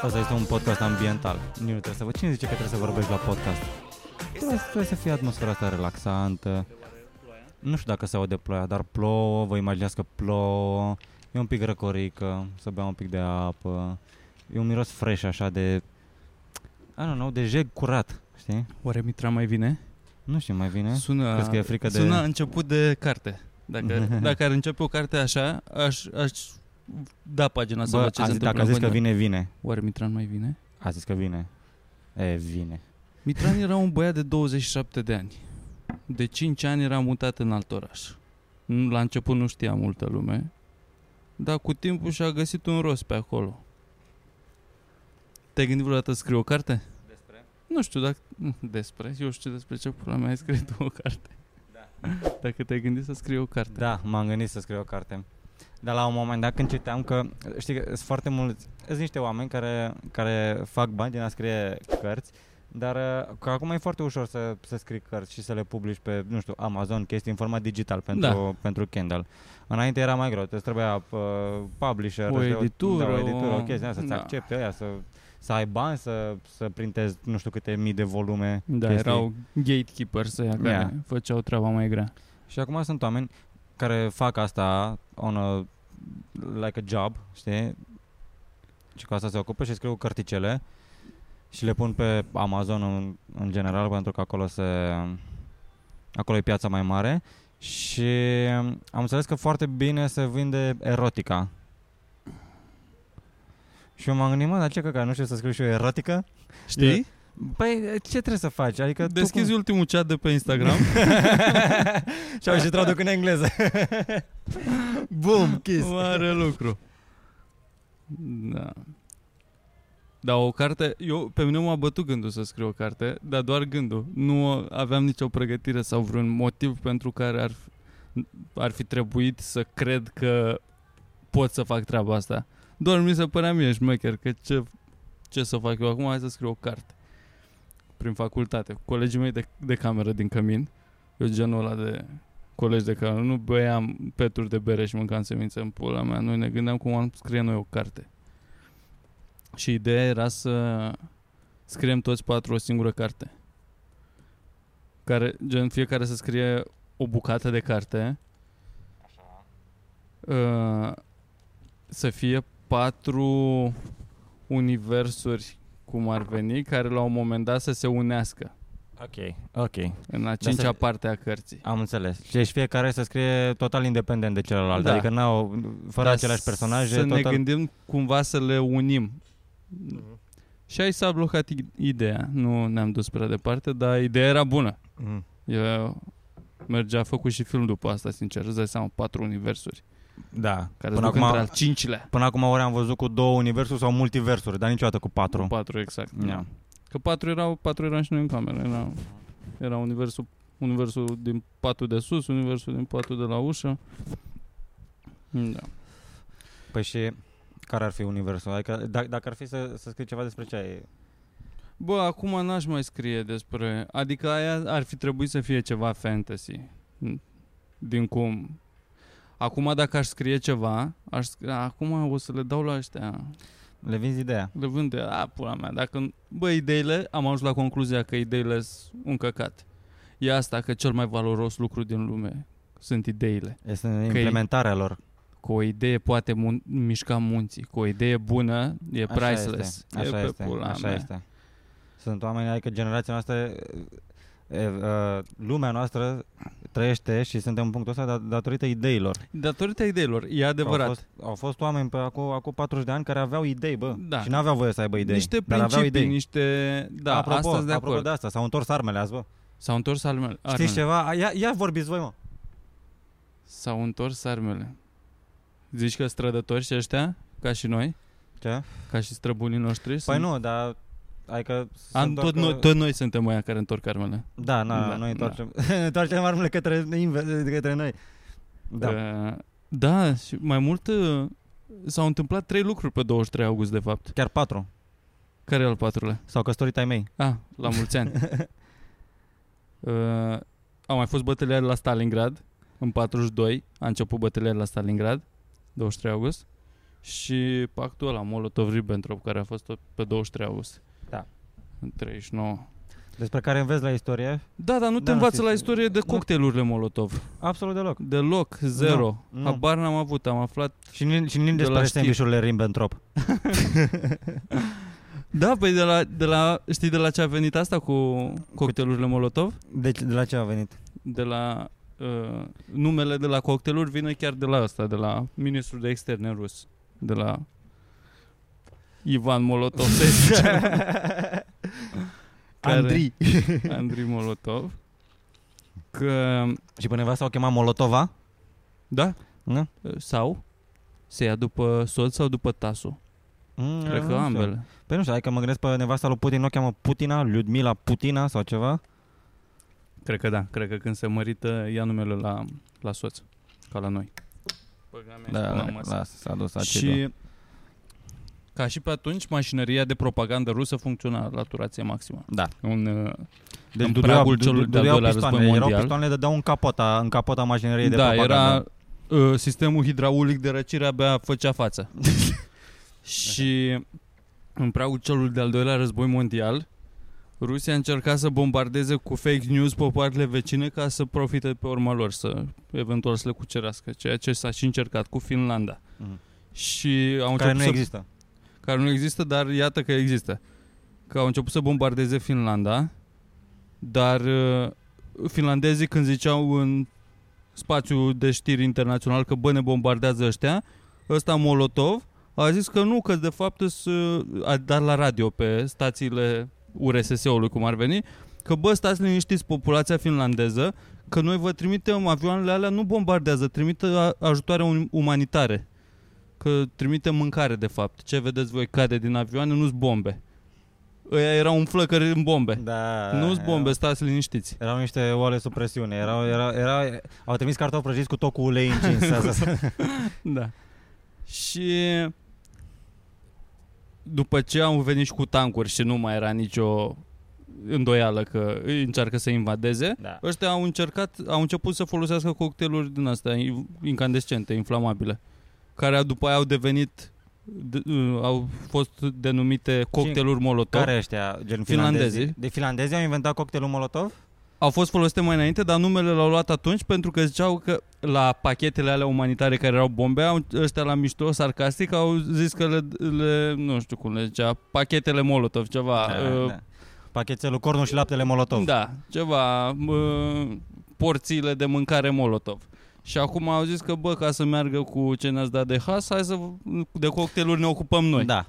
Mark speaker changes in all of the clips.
Speaker 1: Asta este un podcast ambiental. Nu trebuie să vă... Cine zice că trebuie să vorbești la podcast? Trebuie, să- trebuie să fie atmosfera asta relaxantă. Nu știu dacă se aude ploaia, dar plouă, vă imaginați că plouă. E un pic răcorică, să bea un pic de apă. E un miros fresh așa de... I don't know, de jeg curat, știi?
Speaker 2: Oare Mitra mai vine?
Speaker 1: Nu știu, mai vine?
Speaker 2: Sună,
Speaker 1: Crezi că e frică de-
Speaker 2: sună început de carte. Dacă, dacă ar începe o carte așa, aș, aș da pagina să
Speaker 1: Bă,
Speaker 2: văd ce
Speaker 1: a
Speaker 2: se
Speaker 1: zis,
Speaker 2: întâmplă
Speaker 1: dacă a
Speaker 2: în
Speaker 1: zis că
Speaker 2: România.
Speaker 1: vine, vine.
Speaker 2: Oare Mitran mai vine?
Speaker 1: A zis că vine. E, vine.
Speaker 2: Mitran era un băiat de 27 de ani. De 5 ani era mutat în alt oraș. Nu- La început nu știa multă lume, dar cu timpul și-a găsit un rost pe acolo. Te-ai gândit vreodată să scrii o carte? Despre? Nu știu dacă... Despre? Eu știu despre ce pula mea ai scris tu o carte. Da. Dacă te-ai gândit să scrii o carte.
Speaker 1: Da, m-am gândit să scriu o carte. Dar la un moment dat când citeam că, știi, că sunt foarte mulți, sunt niște oameni care, care fac bani din a scrie cărți, dar uh, că acum e foarte ușor să, să scrii cărți și să le publici pe, nu știu, Amazon, chestii în format digital pentru, da. pentru Kindle. Înainte era mai greu, îți trebuia uh, publisher,
Speaker 2: O
Speaker 1: îți trebuia-
Speaker 2: editură,
Speaker 1: da, o, editură, o
Speaker 2: o-
Speaker 1: chestie, să-ți
Speaker 2: da.
Speaker 1: accepte aia, să, să ai bani, să, să printezi nu știu câte mii de volume.
Speaker 2: Da,
Speaker 1: chestii.
Speaker 2: erau gatekeepers ăia care
Speaker 1: Ia.
Speaker 2: făceau treaba mai grea.
Speaker 1: Și acum sunt oameni care fac asta on a, like a job, știi? Și cu asta se ocupă și scriu carticele și le pun pe Amazon în, în general pentru că acolo se acolo e piața mai mare și am înțeles că foarte bine se vinde erotica. Și eu m-am gândit, mă, dar ce că nu știu să scriu și eu erotică?
Speaker 2: Știi?
Speaker 1: Păi, ce trebuie să faci? Adică
Speaker 2: Că
Speaker 1: tu
Speaker 2: Deschizi
Speaker 1: cum-
Speaker 2: ultimul chat de pe Instagram
Speaker 1: și au și traduc în engleză. Boom, kiss.
Speaker 2: Mare lucru. Da. Da, o carte, eu, pe mine m-a bătut gândul să scriu o carte, dar doar gândul. Nu aveam nicio pregătire sau vreun motiv pentru care ar, fi- ar fi trebuit să cred că pot să fac treaba asta. Doar mi se părea mie șmecher că ce, ce să fac eu acum, hai să scriu o carte. Prin facultate, cu colegii mei de, de cameră din cămin, eu genul ăla de colegi de care nu băiam peturi de bere și mâncam semințe în pula mea. Noi ne gândeam cum am scrie noi o carte. Și ideea era să scriem toți patru o singură carte. Care, gen, fiecare să scrie o bucată de carte. Uh, să fie patru universuri cum ar veni, care la un moment dat să se unească
Speaker 1: Ok, ok.
Speaker 2: în a cincea
Speaker 1: să-
Speaker 2: parte a cărții.
Speaker 1: Am înțeles. Deci fiecare să scrie total independent de celălalt. Da.
Speaker 2: Da.
Speaker 1: Adică n-au, fără
Speaker 2: Dar
Speaker 1: aceleași personaje,
Speaker 2: Să
Speaker 1: total...
Speaker 2: ne gândim cumva să le unim. Și aici s-a blocat i- ideea. Nu ne-am dus prea departe, dar ideea era bună.
Speaker 1: Mm.
Speaker 2: Eu mergea făcut și film după asta, sincer. Îți dai seama, patru universuri.
Speaker 1: Da. până,
Speaker 2: Care până acum, între al
Speaker 1: acum,
Speaker 2: cincilea.
Speaker 1: până acum ori am văzut cu două universuri sau multiversuri, dar niciodată cu patru.
Speaker 2: Patru, exact.
Speaker 1: Ia.
Speaker 2: Că patru erau, patru eram și noi în cameră. Era, era universul, universul din patul de sus, universul din patul de la ușă. Da.
Speaker 1: Păi și care ar fi universul? Adică dacă, dacă ar fi să, să scrii ceva despre ce ai...
Speaker 2: Bă, acum n-aș mai scrie despre... Adică aia ar fi trebuit să fie ceva fantasy. Mm. Din cum... Acum dacă aș scrie ceva, aș scrie, acum o să le dau la ăștia.
Speaker 1: Le vinzi ideea.
Speaker 2: Le vând de, a, pula mea, dacă... Bă, ideile, am ajuns la concluzia că ideile sunt un căcat. E asta că cel mai valoros lucru din lume sunt ideile.
Speaker 1: Este implementarea lor.
Speaker 2: Cu o idee poate mun- mișca munții. Cu o idee bună e
Speaker 1: Așa
Speaker 2: priceless.
Speaker 1: Este. Așa
Speaker 2: e pe
Speaker 1: este.
Speaker 2: pula
Speaker 1: Așa
Speaker 2: mea.
Speaker 1: este. Sunt oameni, adică generația noastră, e, e, lumea noastră trăiește și suntem în punctul ăsta dat- datorită ideilor.
Speaker 2: Datorită ideilor, e
Speaker 1: Au
Speaker 2: adevărat.
Speaker 1: fost, au fost oameni pe acum, acum 40 de ani care aveau idei, bă.
Speaker 2: Da.
Speaker 1: Și nu aveau voie să aibă idei.
Speaker 2: niște
Speaker 1: dar aveau
Speaker 2: principii,
Speaker 1: idei.
Speaker 2: niște... Da,
Speaker 1: apropo,
Speaker 2: asta sunt de
Speaker 1: apropo
Speaker 2: acord.
Speaker 1: de asta, s-au întors armele azi, bă.
Speaker 2: S-au întors armele.
Speaker 1: Știți
Speaker 2: armele.
Speaker 1: ceva? Ia, ia vorbiți voi, mă.
Speaker 2: S-au întors armele. Zici că strădători și ăștia, ca și noi,
Speaker 1: Ce?
Speaker 2: ca și străbunii noștri,
Speaker 1: Păi
Speaker 2: sunt...
Speaker 1: nu, dar... Adică...
Speaker 2: Am,
Speaker 1: sunt doar
Speaker 2: tot, noi,
Speaker 1: că-
Speaker 2: tot noi suntem aia care întorc armele.
Speaker 1: Da, na,
Speaker 2: Da,
Speaker 1: noi întoarcem, întoarcem armele către, inve- către noi. Da.
Speaker 2: Uh, da, și mai mult uh, s-au întâmplat trei lucruri pe 23 august, de fapt.
Speaker 1: Chiar patru.
Speaker 2: Care e al patrulea?
Speaker 1: S-au căsătorit ai mei.
Speaker 2: Ah, la mulți ani. uh, au mai fost bătălia la Stalingrad. În 42 a început bătălia la Stalingrad, 23 august. și pactul ăla, Molotov-Ribbentrop, care a fost tot pe 23 august.
Speaker 1: Da.
Speaker 2: În 39.
Speaker 1: Despre care înveți la istorie?
Speaker 2: Da, dar nu
Speaker 1: Da,
Speaker 2: te învață
Speaker 1: știi,
Speaker 2: la
Speaker 1: știi.
Speaker 2: istorie de
Speaker 1: Nu.
Speaker 2: cocktailurile Molotov.
Speaker 1: Absolut deloc.
Speaker 2: Deloc, zero.
Speaker 1: Nu, nu.
Speaker 2: Habar n-am avut, am aflat.
Speaker 1: Și nici, și nici
Speaker 2: De la
Speaker 1: despre
Speaker 2: știri.
Speaker 1: sandvișurile Ribbentrop.
Speaker 2: Da, păi de la, de la, știi de la ce a venit asta cu cocktailurile Molotov?
Speaker 1: Deci de la ce a venit?
Speaker 2: De la uh, numele de la cocktailuri vine chiar de la asta, de la ministrul de externe rus, de la Ivan Molotov, să zicem, Care-
Speaker 1: Andrei.
Speaker 2: Andrei Molotov. Că,
Speaker 1: și pe nevasta o chema Molotova?
Speaker 2: da,
Speaker 1: Nu?
Speaker 2: sau se ia după soț sau după tasul.
Speaker 1: Mm,
Speaker 2: Cred că
Speaker 1: nu știu.
Speaker 2: ambele.
Speaker 1: Păi nu știu, hai că mă gândesc pe nevasta lui Putin, nu o cheamă Putina, Ludmila Putina sau ceva?
Speaker 2: Cred că da, cred că când se mărită ia numele la, la soț, ca la noi. Băga mea,
Speaker 1: Da,
Speaker 2: la, la, la,
Speaker 1: lasă, s-a dus acidul.
Speaker 2: și ca și pe atunci, mașinăria de propagandă rusă funcționa la turație maximă.
Speaker 1: Da.
Speaker 2: Un, uh,
Speaker 1: Deci
Speaker 2: în
Speaker 1: dureau-
Speaker 2: pragul celui de-al
Speaker 1: dureau
Speaker 2: doilea
Speaker 1: pistoanele,
Speaker 2: război mondial.
Speaker 1: Erau pistoanele, dădeau în capota, în capota mașinăriei de
Speaker 2: da,
Speaker 1: propagandă.
Speaker 2: era uh, sistemul hidraulic de răcire abia făcea față. și în pragul celui de-al doilea război mondial, Rusia încerca să bombardeze cu fake news popoarele vecine ca să profite pe urma lor, să eventual să le cucerească, ceea ce s-a și încercat cu Finlanda.
Speaker 1: Mhm.
Speaker 2: Și au
Speaker 1: Care
Speaker 2: început
Speaker 1: nu
Speaker 2: să
Speaker 1: există.
Speaker 2: care nu există, dar iată că există. Că au început să bombardeze Finlanda, dar uh, finlandezii când ziceau în spațiu de știri internațional că bă ne bombardează ăștia, ăsta Molotov a zis că nu, că de fapt îs, uh, a dat la radio pe stațiile URSS-ului cum ar veni, că bă stați liniștiți populația finlandeză, că noi vă trimitem avioanele alea, nu bombardează, trimite a- ajutoare um- umanitare că trimite mâncare de fapt. Ce vedeți voi cade din avioane, nu-s bombe. Ăia erau un flăcări în bombe.
Speaker 1: Da.
Speaker 2: Nu-s bombe,
Speaker 1: erau-
Speaker 2: stați liniștiți.
Speaker 1: Erau niște oale sub presiune. Erau, era, era, au trimis cartofi prăjiți cu tot cu ulei încins. Asta- asta-
Speaker 2: Da. Și după ce au venit și cu tancuri și nu mai era nicio îndoială că îi încearcă să invadeze,
Speaker 1: da.
Speaker 2: ăștia au încercat, au început să folosească cocktailuri din astea in- incandescente, inflamabile, care după aia au devenit de, au fost denumite cocktailuri molotov.
Speaker 1: Care ăștia? Gen
Speaker 2: Finlandezii.
Speaker 1: finlandezi? De finlandezi au inventat cocktailul Molotov?
Speaker 2: Au fost folosite mai înainte, dar numele l-au luat atunci pentru că ziceau că la pachetele alea umanitare care erau bombe, au, ăștia la mișto, sarcastic, au zis că le, le nu știu cum le zicea, pachetele Molotov, ceva. uh,
Speaker 1: da. Pachetelul cornul și laptele Molotov.
Speaker 2: da, ceva, uh, porțiile de mâncare Molotov. Și acum au zis că, bă, ca să meargă cu ce ne-ați dat de has, hai să de cocktailuri ne ocupăm noi.
Speaker 1: Da.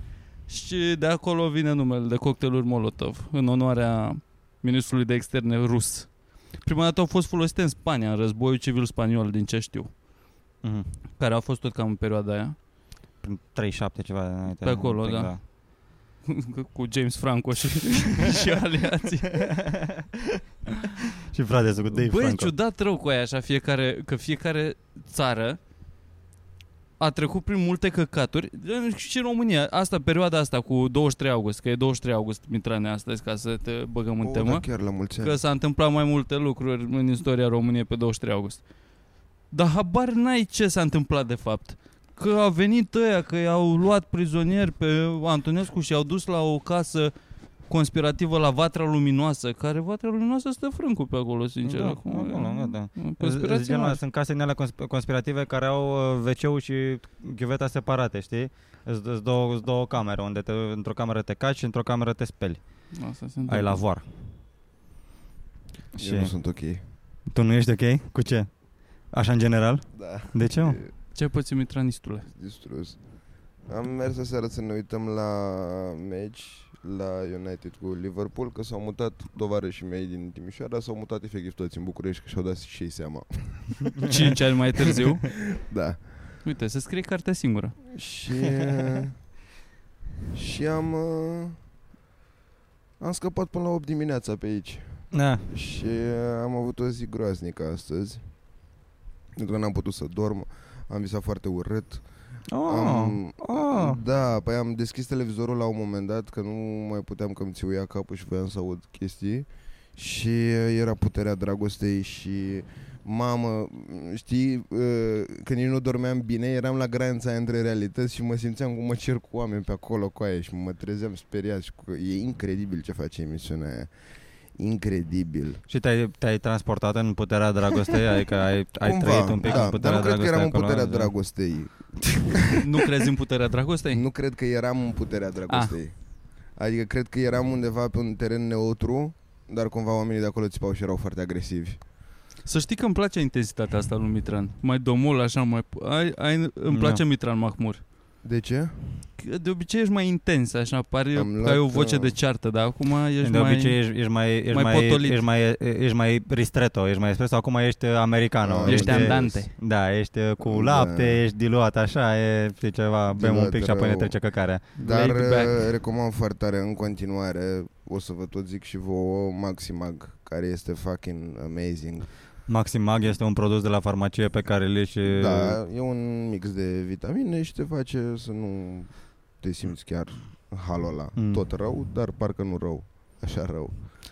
Speaker 2: Și de acolo vine numele de cocktailuri Molotov, în onoarea ministrului de externe rus. Prima dată au fost folosite în Spania, în războiul civil spaniol, din ce știu,
Speaker 1: Mhm.
Speaker 2: care a fost tot cam în perioada aia,
Speaker 1: Prin 37 ceva de înainte. Păi
Speaker 2: Pe acolo,
Speaker 1: Cred,
Speaker 2: da. cu James Franco și, și aliații.
Speaker 1: și frate, cu Dave
Speaker 2: Băi, e
Speaker 1: Franco.
Speaker 2: ciudat rău cu aia așa, fiecare, că fiecare țară a trecut prin multe căcaturi În- și în România, asta, perioada asta cu 23 august, că e 23 august, Mitrane, astăzi, ca să te băgăm în
Speaker 3: Oh,
Speaker 2: temă.
Speaker 3: da, chiar la mulți ani.
Speaker 2: că s-a întâmplat mai multe lucruri în istoria României pe 23 august. Dar habar n-ai ce s-a întâmplat de fapt. Că au venit ăia, că i-au luat prizonieri pe Antonescu și i-au dus la o casă conspirativă la Vatra Luminoasă, care Vatra Luminoasă stă frâncul pe acolo, sincer.
Speaker 1: Da,
Speaker 2: acum,
Speaker 1: acolo, da, da.
Speaker 2: Conspirație
Speaker 1: Ziceam,
Speaker 2: mare.
Speaker 1: sunt case din alea consp- conspirative care au uh, wc și ghiveta separate, știi? Îți îți două, îți două camere, unde te, într-o cameră te caci și într-o cameră te speli.
Speaker 2: Asta se
Speaker 1: Ai
Speaker 2: întâmplă.
Speaker 1: lavoar.
Speaker 3: Da. Eu nu sunt ok.
Speaker 1: Tu nu ești ok? Cu ce? Așa în general?
Speaker 3: Da.
Speaker 1: De ce? mă?
Speaker 3: E
Speaker 2: Ce poți mitranistule?
Speaker 3: distrus. Am mers aseară să ne uităm la meci la United cu Liverpool, că s-au mutat tovarășii mei din Timișoara, s-au mutat efectiv toți în București, că și-au dat și ei seama.
Speaker 2: 5 ani mai târziu.
Speaker 3: Da.
Speaker 2: Uite, se scrie cartea singură.
Speaker 3: Și uh, Și am uh, Am scăpat până la 8 dimineața pe aici
Speaker 1: Da.
Speaker 3: Și uh, am avut o zi groaznică astăzi Pentru că n-am putut să dorm Am visat foarte urât
Speaker 1: Oh.
Speaker 3: am,
Speaker 1: oh.
Speaker 3: Da, păi am deschis televizorul la un moment dat Că nu mai puteam că îmi țiuia capul și voiam să aud chestii Și uh, era puterea dragostei și Mamă, știi, uh, când eu nu dormeam bine, eram la granița aia între realități și mă simțeam cum mă cer cu oameni pe acolo, cu aia și mă trezeam speriat și cu... e incredibil ce face emisiunea aia. Incredibil.
Speaker 1: Și te-ai, te-ai transportat în puterea dragostei? Adică ai, ai
Speaker 3: Cumva,
Speaker 1: trăit un pic
Speaker 3: da,
Speaker 1: în puterea
Speaker 3: dar nu
Speaker 1: dragostei
Speaker 3: cred că eram în
Speaker 1: acolo,
Speaker 3: puterea
Speaker 1: da.
Speaker 3: dragostei.
Speaker 2: Nu crezi în puterea dragostei?
Speaker 3: Nu cred că eram în puterea dragostei.
Speaker 1: Ah.
Speaker 3: Adică cred că eram undeva pe un teren neutru, dar cumva oamenii de acolo țipau și erau foarte agresivi.
Speaker 2: Să știi că îmi place intensitatea asta lui Mitran. Mai domol, așa, mai... Ai, ai, îmi place
Speaker 1: Da.
Speaker 2: Mitran Mahmur.
Speaker 3: De ce?
Speaker 2: Că De obicei ești mai intens, așa, pare
Speaker 3: Am
Speaker 2: că
Speaker 3: luat,
Speaker 2: ai o voce
Speaker 3: uh,
Speaker 2: de ceartă, dar acum ești
Speaker 1: de
Speaker 2: mai...
Speaker 1: obicei ești, ești mai, ești
Speaker 2: mai
Speaker 1: mai,
Speaker 2: potolit.
Speaker 1: ești mai, ești mai ristretto, ești mai espresso, acum ești uh, americano.
Speaker 3: Ah,
Speaker 2: Ești
Speaker 3: am
Speaker 1: de-
Speaker 3: înțeles.
Speaker 2: andante.
Speaker 1: Da, ești uh, cu
Speaker 3: Da.
Speaker 1: lapte, ești diluat așa, e știi, ceva, bem
Speaker 3: Diluat
Speaker 1: un pic și apoi ne
Speaker 3: rău.
Speaker 1: trece căcarea.
Speaker 3: Dar
Speaker 2: Laid back.
Speaker 3: uh, recomand foarte tare în continuare, o să vă tot zic și vouă, Maximag, care este fucking amazing.
Speaker 1: Maxim Mag este un produs de la farmacie pe care îl iei și...
Speaker 3: Da, e un mix de vitamine și te face să nu te simți chiar halola.
Speaker 1: Mm.
Speaker 3: Mm. Tot rău, dar parcă nu rău. Așa rău.
Speaker 1: Și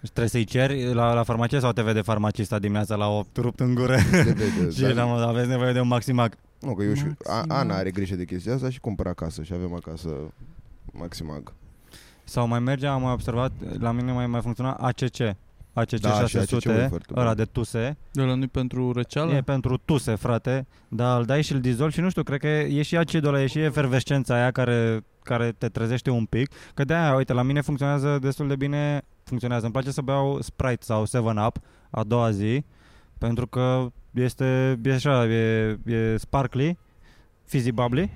Speaker 1: Deci Trebuie să-i ceri la, la farmacie sau te vede farmacista dimineața la 8 rupt în gură
Speaker 3: Se vede, da.
Speaker 1: și
Speaker 3: dar-
Speaker 1: la mă, aveți nevoie de un Maximac.
Speaker 3: Nu, că eu și a,
Speaker 2: Maximag.
Speaker 3: Ana are grijă de chestia asta și cumpără acasă și avem acasă Maximag.
Speaker 1: Sau mai merge, am mai observat, la mine mai, mai funcționa ACC. ACC
Speaker 3: Da, și
Speaker 1: 600,
Speaker 3: ACC-ul foarte bun.
Speaker 1: ăla de tuse.
Speaker 2: De la nu pentru răceală?
Speaker 1: E pentru tuse, frate, dar îl dai și îl dizolvi și nu știu, cred că e și acidul ăla, e și efervescența aia care, care te trezește un pic. Că de-aia, uite, la mine funcționează destul de bine, funcționează. Îmi place să beau Sprite sau 7-Up a doua zi, pentru că este, e așa, e, e sparkly, fizzy bubbly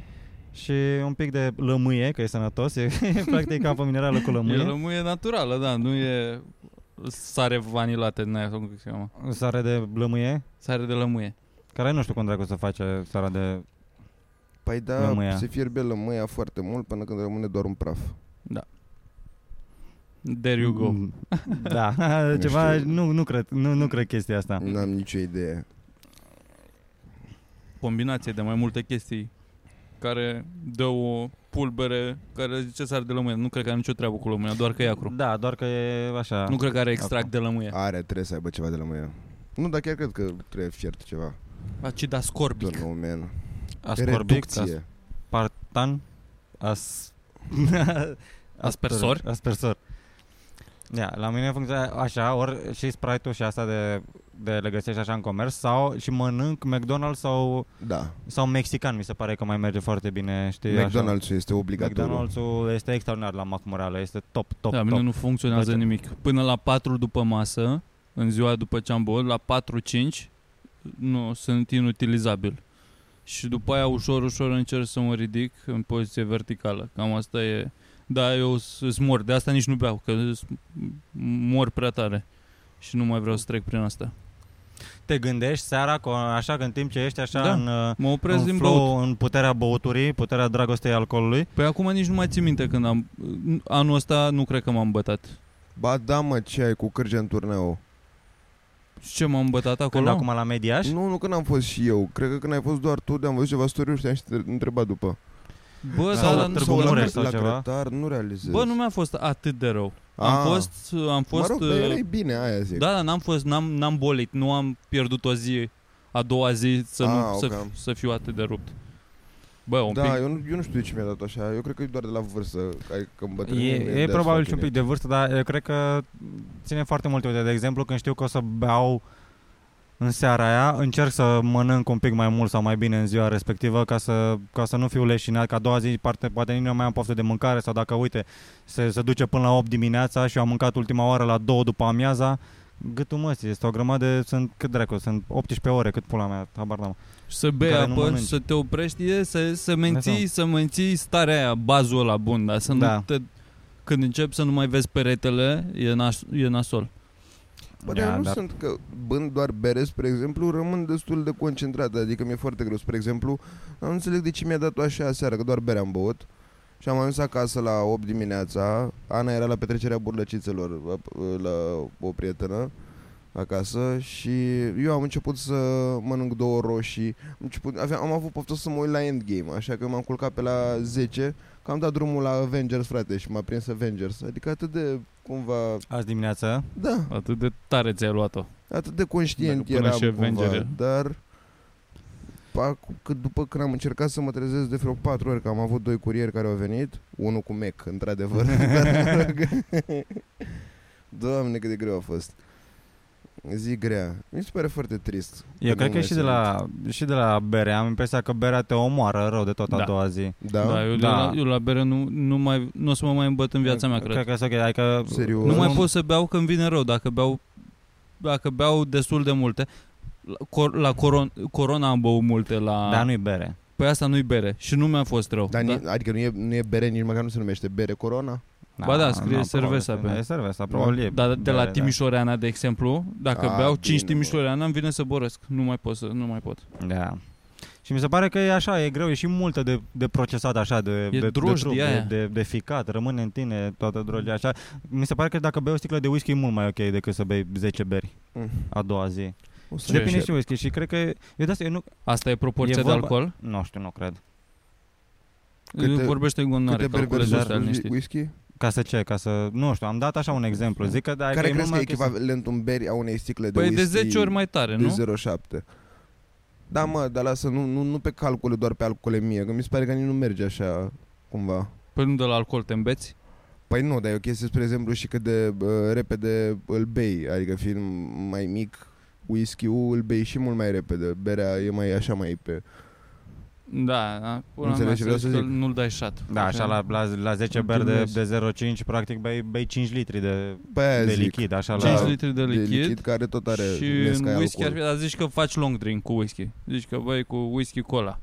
Speaker 1: și un pic de lămâie, că e sănătos, e practic apă minerală cu
Speaker 2: E
Speaker 1: lămâie,
Speaker 2: lămâie naturală, da, nu e sare vanilată din aia, sau cum se cheamă.
Speaker 1: sare de lămâie,
Speaker 2: Sare de lămâie.
Speaker 1: care nu știu cum dracu să face sarea de...
Speaker 3: Păi da,
Speaker 1: Lămâia.
Speaker 3: se fierbe lămâia foarte mult până când rămâne doar un praf.
Speaker 2: There you go.
Speaker 1: Mm, Da,
Speaker 3: Nu
Speaker 1: ceva,
Speaker 3: știu.
Speaker 1: nu, nu, cred, nu, nu cred chestia asta.
Speaker 3: N-am nicio idee.
Speaker 2: Combinație de mai multe chestii care dă o pulbere care zice sare de lămâie. Nu cred că are nicio treabă cu lămâia, doar că e acru.
Speaker 1: Da, doar că e așa.
Speaker 2: Nu cred că are extract
Speaker 1: Acru.
Speaker 2: de lămâie.
Speaker 3: Are, trebuie să aibă ceva de lămâie. Nu, dar chiar cred că trebuie fiert ceva.
Speaker 2: Acid ascorbic.
Speaker 3: Doar nou man.
Speaker 1: Ascorbic,
Speaker 3: Reducție.
Speaker 1: aspartan, as...
Speaker 2: Aspersor?
Speaker 1: Aspersor. Ia, la mine funcționează așa, ori și Sprite-ul și asta de, de le găsești așa în comerț, sau și mănânc McDonald's sau,
Speaker 3: Da.
Speaker 1: sau mexican, mi se pare că mai merge foarte bine, știi, așa.
Speaker 3: McDonald's-ul este obligatoriu.
Speaker 1: McDonald's-ul este extraordinar la macmurală, este top, top,
Speaker 2: Da, mine
Speaker 1: top.
Speaker 2: nu funcționează
Speaker 1: Face-
Speaker 2: nimic. Până la 4 după masă, în ziua după ce am băut, la 4-5, nu, sunt inutilizabil. Și după aia ușor, ușor încerc să mă ridic în poziție verticală. Cam asta e... Da, eu sunt mor. De asta nici nu beau, că îs- mor prea tare. Și nu mai vreau să trec prin asta.
Speaker 1: Te gândești seara, cu, așa că în timp ce ești așa
Speaker 2: Da.
Speaker 1: în... uh,
Speaker 2: Mă opresc
Speaker 1: în
Speaker 2: din
Speaker 1: flow,
Speaker 2: băut.
Speaker 1: în puterea băuturii, puterea dragostei alcoolului.
Speaker 2: Păi acum nici nu mai țin minte când am... Anul ăsta nu cred că m-am bătat.
Speaker 3: Ba da, mă, ce ai cu cârge în turneu?
Speaker 2: Și ce m-am bătat acolo?
Speaker 1: Când acum la mediaș.
Speaker 3: Nu, nu când am fost și eu. Cred că când ai fost doar tu, de-am văzut ceva story și te-am și te- întrebat după.
Speaker 2: Bă,
Speaker 1: Sau
Speaker 2: da,
Speaker 1: la
Speaker 2: dar nu-
Speaker 1: Târgu
Speaker 3: la,
Speaker 1: Mureș sau
Speaker 3: la
Speaker 1: ceva?
Speaker 3: Cretar, nu realizez.
Speaker 2: Bă, nu mi-a fost atât de rău.
Speaker 3: Ah.
Speaker 2: Am fost, am
Speaker 3: Mă
Speaker 2: fost,
Speaker 3: rog,
Speaker 2: uh,
Speaker 3: dar erai bine, aia zic.
Speaker 2: da, da, n-am fost, n-am, n-am bolit, nu am pierdut o zi, a doua zi să, nu,
Speaker 3: Ah,
Speaker 2: să,
Speaker 3: ok.
Speaker 2: să fiu atât de rupt. Bă, un
Speaker 3: da
Speaker 2: pic,
Speaker 3: eu, nu, eu nu știu de ce mi-a dat așa. Eu cred că e doar de la vârstă. Adică îmbătrânim.
Speaker 1: E, e
Speaker 3: de-aia
Speaker 1: probabil
Speaker 3: sunt
Speaker 1: și un
Speaker 3: tine.
Speaker 1: pic de vârstă, dar eu cred că ține foarte multe. Uite, de exemplu, când știu că o să beau în seara aia, încerc să mănânc un pic mai mult sau mai bine în ziua respectivă ca să, ca să nu fiu leșinat, ca a doua zi parte, poate nici nu mai am poftă de mâncare sau dacă, uite, se, se duce până la 8 dimineața și eu am mâncat ultima oară la 2 după amiaza, gâtul mății, este o grămadă, sunt cât dracu, sunt 18 ore, cât pula mea, habar n-am.
Speaker 2: să bei
Speaker 1: care nu
Speaker 2: apă,
Speaker 1: mănânci.
Speaker 2: să te oprești, e, să, să,
Speaker 1: Da,
Speaker 2: menții, să menții starea aia, bazul ăla bun, dar să
Speaker 1: Da.
Speaker 2: nu te, când începi să nu mai vezi peretele, e, nas, e nasol.
Speaker 3: Bă, dar
Speaker 1: Ia,
Speaker 3: eu nu
Speaker 1: dar-
Speaker 3: sunt că bând doar bere, spre exemplu, rămân destul de concentrat. Adică mi-e foarte greu. Spre exemplu, am înțeleg de ce mi-a dat așa seara, că doar bere am băut. Și am ajuns acasă la 8 dimineața. Ana era la petrecerea burlăcițelor ă, la- la o prietenă acasă și eu am început să mănânc două roșii. Am, început, aveam, am avut poftă să mă uit la Endgame, așa că m-am culcat pe la 10, că am dat drumul la Avengers, frate, și m-a prins Avengers. Adică atât de cumva...
Speaker 1: Azi dimineață,
Speaker 3: Da,
Speaker 2: Atât de tare ți-ai luat-o.
Speaker 3: Atât de conștient
Speaker 2: Dacă până
Speaker 3: eram
Speaker 2: și
Speaker 3: cumva,
Speaker 2: Avenger.
Speaker 3: dar acu- că după când am încercat să mă trezesc de vreo patru ori, că am avut doi curieri care au venit, unul cu Mac, într-adevăr. dar mă rog. Doamne, cât de greu a fost. Zi grea. Mi se pare foarte trist.
Speaker 1: Eu cred
Speaker 3: Adică nu
Speaker 1: că
Speaker 3: mai
Speaker 1: și de, la, și de la bere am impresia că berea te omoară rău de tot a
Speaker 2: Da.
Speaker 1: doua zi.
Speaker 3: Da?
Speaker 2: Da, eu,
Speaker 1: Da.
Speaker 2: La, eu la bere nu, nu, mai, nu o să mă mai îmbăt în viața mea, cred.
Speaker 1: Cred că e ok, adică...
Speaker 3: Serios?
Speaker 2: Nu mai
Speaker 1: Nu-
Speaker 2: pot să beau când vine rău, dacă beau, dacă beau destul de multe. La, cor, la coron, corona am băut multe la...
Speaker 1: Dar nu-i bere.
Speaker 2: Păi asta nu-i bere și nu mi-a fost rău.
Speaker 3: Dar
Speaker 2: da?
Speaker 3: ni- Adică nu e, nu e bere, nici măcar nu se numește bere Corona?
Speaker 2: Ba da, scrie
Speaker 1: probabil
Speaker 2: cerveza
Speaker 1: că-
Speaker 2: pe-
Speaker 1: E cerveza, probabil e
Speaker 2: Dar de
Speaker 1: bere,
Speaker 2: la
Speaker 1: da.
Speaker 2: Timișoreana, de exemplu, dacă
Speaker 3: A,
Speaker 2: beau
Speaker 3: Ah, bine,
Speaker 2: 5
Speaker 3: bă.
Speaker 2: Timișoreana, îmi vine să borăsc. Nu mai pot să, nu mai pot.
Speaker 1: Da. Și mi se pare că e așa, e greu, e și multă de, de procesat așa, de, de, de,
Speaker 2: drojdie
Speaker 1: trup, de,
Speaker 2: aia.
Speaker 1: de, de, ficat, rămâne în tine toată drojdia așa. Mi se pare că dacă bei o sticlă de whisky e mult mai ok decât să bei 10 beri
Speaker 3: Mm.
Speaker 1: a doua zi.
Speaker 3: O să
Speaker 1: Și depinde
Speaker 3: încerc.
Speaker 1: și whisky și cred că, eu de asta, eu nu,
Speaker 2: Asta e proporția
Speaker 1: E
Speaker 2: de
Speaker 1: vorba-
Speaker 2: alcool?
Speaker 1: nu știu, nu cred.
Speaker 3: Câte-
Speaker 2: Vorbește gonoare,
Speaker 3: Câte beri
Speaker 2: calculezi
Speaker 3: versus
Speaker 2: astea, niște.
Speaker 3: whisky?
Speaker 1: Ca să ce, ca să, nu știu, am dat așa un exemplu, zic că da,
Speaker 3: Care
Speaker 1: e
Speaker 3: crezi
Speaker 1: mult
Speaker 3: că e
Speaker 1: mai ok să-
Speaker 3: echivalentul în beri a unei sticle de
Speaker 2: Păi de
Speaker 3: whisky?
Speaker 2: 10 ori mai tare, nu?
Speaker 3: de 0,7. Da, mă, dar lasă, nu, nu, nu pe calcule, doar pe alcoolemie, că mi se pare că nici nu merge așa, cumva.
Speaker 2: Păi nu de la alcool te îmbeți?
Speaker 3: Păi nu, dar e o chestie, spre exemplu, și cât de bă, repede îl bei, adică fiind mai mic, whisky-ul îl bei și mult mai repede, berea e mai așa mai pe...
Speaker 2: Da, da. Până
Speaker 3: Înțelegi ce vreau să zic?
Speaker 2: Nu-l dai șat.
Speaker 1: Da, așa la, la, la 10 beri de, de 0,5, practic bei, bei 5 litri de,
Speaker 3: Pe aia
Speaker 1: de
Speaker 3: zic,
Speaker 1: lichid, așa la...
Speaker 2: 5
Speaker 3: Da.
Speaker 2: litri de
Speaker 3: de
Speaker 2: lichid,
Speaker 3: lichid care tot are
Speaker 2: și
Speaker 3: nesca
Speaker 2: în
Speaker 3: e
Speaker 2: whisky ar fi,
Speaker 3: alcool.
Speaker 2: dar zici că faci long drink cu whisky. Zici că băi cu whisky cola.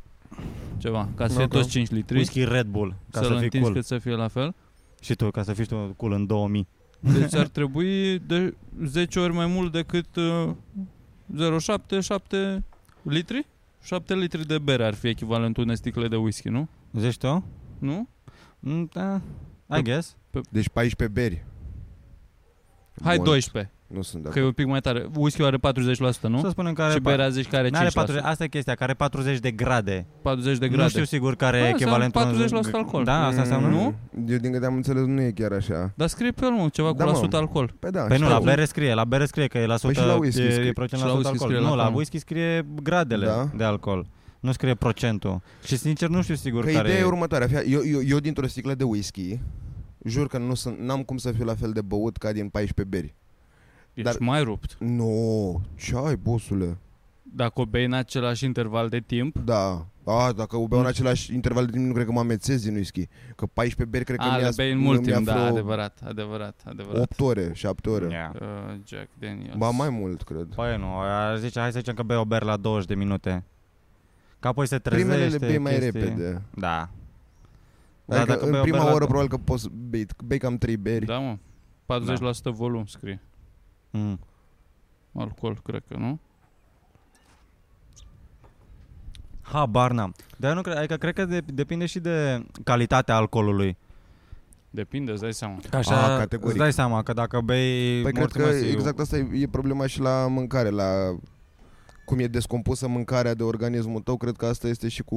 Speaker 2: Ceva, ca să
Speaker 3: Ok.
Speaker 2: fie toți 5 litri.
Speaker 1: Whisky Red Bull, ca
Speaker 2: să-l
Speaker 1: să fii
Speaker 2: întinzi
Speaker 1: cool.
Speaker 2: cât să fie la fel.
Speaker 1: Și tu, ca să fii tu cool în 2000.
Speaker 2: Deci ar trebui de 10 ori mai mult decât uh, 0,7, 7 litri? 7 litri de bere ar fi echivalentul unei sticle de whisky, nu?
Speaker 1: Zici tu?
Speaker 2: Nu?
Speaker 1: Mm, da, I guess.
Speaker 3: Deci 14 beri.
Speaker 2: Hai
Speaker 3: Mult.
Speaker 2: 12,
Speaker 3: Nu sunt de
Speaker 2: că e un pic mai tare. whisky are 40%,
Speaker 1: Să
Speaker 2: nu?
Speaker 1: spunem că are,
Speaker 2: Și
Speaker 1: pa-
Speaker 2: berea zici că are 5%.
Speaker 1: n-are 40, asta e chestia, care are 40 de grade.
Speaker 2: 40 de
Speaker 1: Nu
Speaker 2: grade.
Speaker 1: știu sigur care
Speaker 2: Da,
Speaker 1: e
Speaker 2: înseamnă
Speaker 1: echivalentul.
Speaker 2: 40% alcool.
Speaker 1: Da, asta înseamnă...
Speaker 2: nu?
Speaker 3: Mm, Eu din câte am înțeles nu e chiar așa.
Speaker 2: Dar scrie pe el, mă, ceva
Speaker 3: Da,
Speaker 2: cu la
Speaker 3: mă.
Speaker 2: sută alcool.
Speaker 3: Păi da,
Speaker 1: Păi nu,
Speaker 3: știu.
Speaker 1: la bere scrie, la bere scrie că e la 100,
Speaker 3: Păi și la whisky
Speaker 1: e,
Speaker 3: scrie.
Speaker 1: e procent
Speaker 2: Și
Speaker 1: la
Speaker 2: la
Speaker 1: 100
Speaker 2: whisky
Speaker 1: alcool.
Speaker 2: scrie
Speaker 1: nu,
Speaker 2: la
Speaker 1: la
Speaker 2: cum?
Speaker 1: whisky scrie gradele
Speaker 3: Da.
Speaker 1: de alcool. Nu scrie procentul. Și sincer nu știu sigur
Speaker 3: Că
Speaker 1: care
Speaker 3: ideea e
Speaker 1: e.
Speaker 3: următoarea. Fii- Eu, eu, eu dintr-o sticlă de whisky, jur că nu sunt, n-am cum să fiu la fel de băut ca din 14 beri.
Speaker 2: Ești
Speaker 3: Dar-
Speaker 2: mai rupt.
Speaker 3: Nu, no, ce ai, bosule?
Speaker 2: Dacă o bei în același interval de timp,
Speaker 3: Da. A, dacă o beau în același interval de timp, nu cred că mă amețez din whisky. Că 14 beri cred că
Speaker 2: a,
Speaker 3: mi-a,
Speaker 2: le bei Ah, în mult
Speaker 3: mi-a
Speaker 2: timp, da,
Speaker 3: vreo
Speaker 2: adevărat, adevărat, adevărat.
Speaker 3: 8 ore, 7 ore.
Speaker 1: Yeah.
Speaker 2: Uh, Jack Daniels.
Speaker 3: Ba mai mult, cred.
Speaker 1: Păi nu, aș zice, hai să zicem că bei o bere la 20 de minute. Ca apoi se trezește.
Speaker 3: Primele le bei mai
Speaker 1: chestii.
Speaker 3: repede.
Speaker 1: Da.
Speaker 3: Da, adică
Speaker 1: bei
Speaker 3: în
Speaker 1: o
Speaker 3: prima
Speaker 1: bere la-
Speaker 3: oră probabil că poți să bei, bei cam 3 beri.
Speaker 2: Da, mă. 40% volum scrie.
Speaker 1: Mm.
Speaker 2: Alcool, cred că, nu?
Speaker 1: Habar n-am. Dar eu nu cred, adică cred că de, depinde și de calitatea alcoolului.
Speaker 2: Depinde, îți dai seama.
Speaker 1: Ca așa,
Speaker 3: A, categoric.
Speaker 1: îți dai seama că dacă bei...
Speaker 3: Păi cred că
Speaker 1: mulțumesc, eu-
Speaker 3: exact asta e, e problema și la mâncare, la cum e descompusă mâncarea de organismul tău, cred că asta este și cu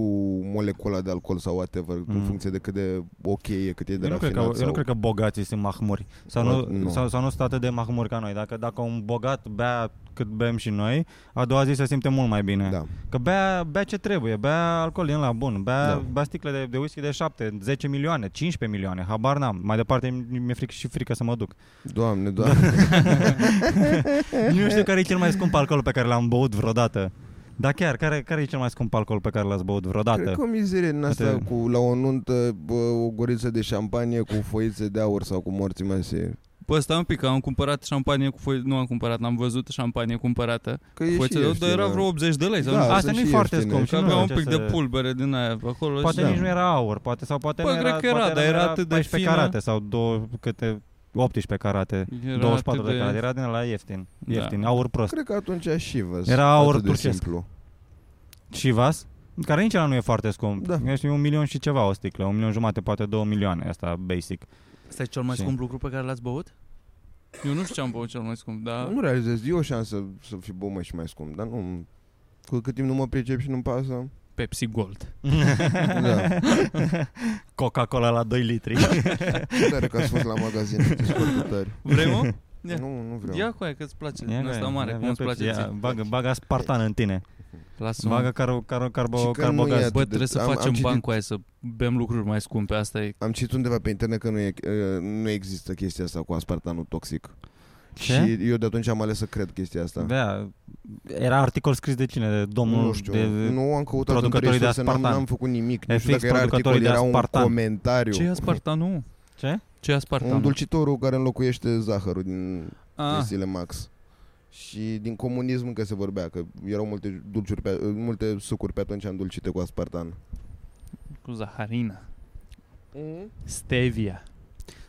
Speaker 3: molecula de alcool sau whatever, mm. în
Speaker 1: Mm.
Speaker 3: funcție de cât de ok e, cât e de
Speaker 1: Eu nu, cred că,
Speaker 3: rafinat
Speaker 1: eu
Speaker 3: sau...
Speaker 1: nu cred că bogații sunt mahmuri sau nu,
Speaker 3: Probabil nu.
Speaker 1: Sau, sau nu sunt atât de mahmuri ca noi Dacă, dacă un bogat bea cât bem și noi A doua zi se simte mult mai bine
Speaker 3: Da.
Speaker 1: Că bea, bea ce trebuie Bea alcool din la bun Bea,
Speaker 3: Da.
Speaker 1: da. bea sticle de, de whisky de 7, 10 milioane, 15 milioane Habar n-am Mai departe mi- mi-e fric și frică să mă duc
Speaker 3: Doamne,
Speaker 1: Da.
Speaker 3: doamne. Eh,
Speaker 1: Nu știu care e cel mai scump alcool pe care l-am băut vreodată Dar chiar, care, care e cel mai scump alcool pe care l-ați băut
Speaker 3: cred
Speaker 1: vreodată?
Speaker 3: că o mizerie din asta
Speaker 1: Atât.
Speaker 3: cu la o nuntă, bă, o guriță de șampanie cu foițe de aur sau cu morții mese.
Speaker 2: Bă, Păi, stai un pic, am cumpărat șampanie cu foi... Nu am cumpărat, am văzut șampanie cumpărată.
Speaker 3: Că e
Speaker 2: Foițe
Speaker 3: Păi, și
Speaker 2: de dar
Speaker 3: ieftină.
Speaker 2: era vreo 80 de lei. Sau
Speaker 3: Da,
Speaker 2: nu?
Speaker 1: Asta
Speaker 3: sunt
Speaker 1: nu e
Speaker 3: și
Speaker 1: foarte
Speaker 3: ieftine
Speaker 1: scump
Speaker 2: Și
Speaker 1: nu
Speaker 2: avea
Speaker 1: are
Speaker 2: un
Speaker 1: ce
Speaker 2: pic
Speaker 1: să-
Speaker 2: de pulbere din aia pe acolo. deci
Speaker 1: Poate
Speaker 2: și-
Speaker 1: nici nu era aur, poate sau poate
Speaker 2: Păi da.
Speaker 1: nu
Speaker 2: Bă, cred
Speaker 1: era,
Speaker 2: că era,
Speaker 1: poate
Speaker 2: dar era atât de
Speaker 1: 14
Speaker 2: fină.
Speaker 1: carate sau două, câte 18 carate,
Speaker 2: Era
Speaker 1: 24
Speaker 2: atât
Speaker 1: de carate, era din la ieftin,
Speaker 2: Da.
Speaker 1: ieftin, aur prost.
Speaker 3: Cred că atunci și vă
Speaker 1: Era aur
Speaker 3: atât de
Speaker 1: turcesc.
Speaker 3: simplu.
Speaker 1: Și vas, care nici ăla nu e foarte scump,
Speaker 3: Da.
Speaker 1: este un milion și ceva o sticlă, un milion jumate, poate două milioane, asta basic.
Speaker 4: Asta e cel mai
Speaker 1: Și-
Speaker 4: scump lucru pe care l-ați băut?
Speaker 2: Eu nu știu ce am băut cel mai scump, dar...
Speaker 3: Nu realizez, e o șansă să fi bun mai și mai scump, dar nu... Cu cât timp nu mă pricep și nu-mi pasă...
Speaker 2: Pepsi Gold.
Speaker 3: Da.
Speaker 1: Coca-Cola la 2 litri.
Speaker 3: Tare că ați fost la magazin, sunteți foarte tare.
Speaker 2: Vrei, mă? Ia.
Speaker 3: Nu, nu vreau.
Speaker 2: Ia cu aia că-ți place
Speaker 1: Ia,
Speaker 2: din asta
Speaker 1: ia,
Speaker 2: mare,
Speaker 1: ia,
Speaker 2: cum îți
Speaker 1: Pepsi,
Speaker 2: place
Speaker 1: ia,
Speaker 2: ție.
Speaker 1: bagă, bagă aspartan în tine.
Speaker 2: Lasă-mă.
Speaker 1: Bagă caro, caro, carbo,
Speaker 3: Și că nu
Speaker 1: carbogaz.
Speaker 3: e-
Speaker 2: Bă,
Speaker 3: de-
Speaker 2: trebuie să
Speaker 3: am- am
Speaker 2: facem
Speaker 3: citit-
Speaker 2: bani cu aia, să bem lucruri mai scumpe, asta e.
Speaker 3: Am citit undeva pe internet că nu, e, uh, nu există chestia asta cu aspartanul toxic.
Speaker 1: Ce?
Speaker 3: Și eu de atunci am ales să cred chestia asta.
Speaker 1: Da. Era articol scris de cine? De domnul
Speaker 3: nu știu,
Speaker 1: de,
Speaker 3: nu am căutat în
Speaker 1: producătorii de
Speaker 3: resurse, n-am,
Speaker 1: aspartan.
Speaker 3: n-am făcut nimic.
Speaker 1: E
Speaker 3: Nu știu
Speaker 1: fix
Speaker 3: dacă era articol,
Speaker 1: producătorii de
Speaker 3: era un
Speaker 1: aspartan.
Speaker 3: comentariu.
Speaker 2: Ce e aspartanul?
Speaker 1: Ce?
Speaker 2: Ce e aspartanul?
Speaker 3: Un dulcitorul care înlocuiește zahărul din
Speaker 2: Ah,
Speaker 3: chestiile Max. Și din comunism încă se vorbea, că erau multe, dulciuri pe, multe sucuri pe atunci îndulcite cu aspartan.
Speaker 2: cu zaharina. Stevia.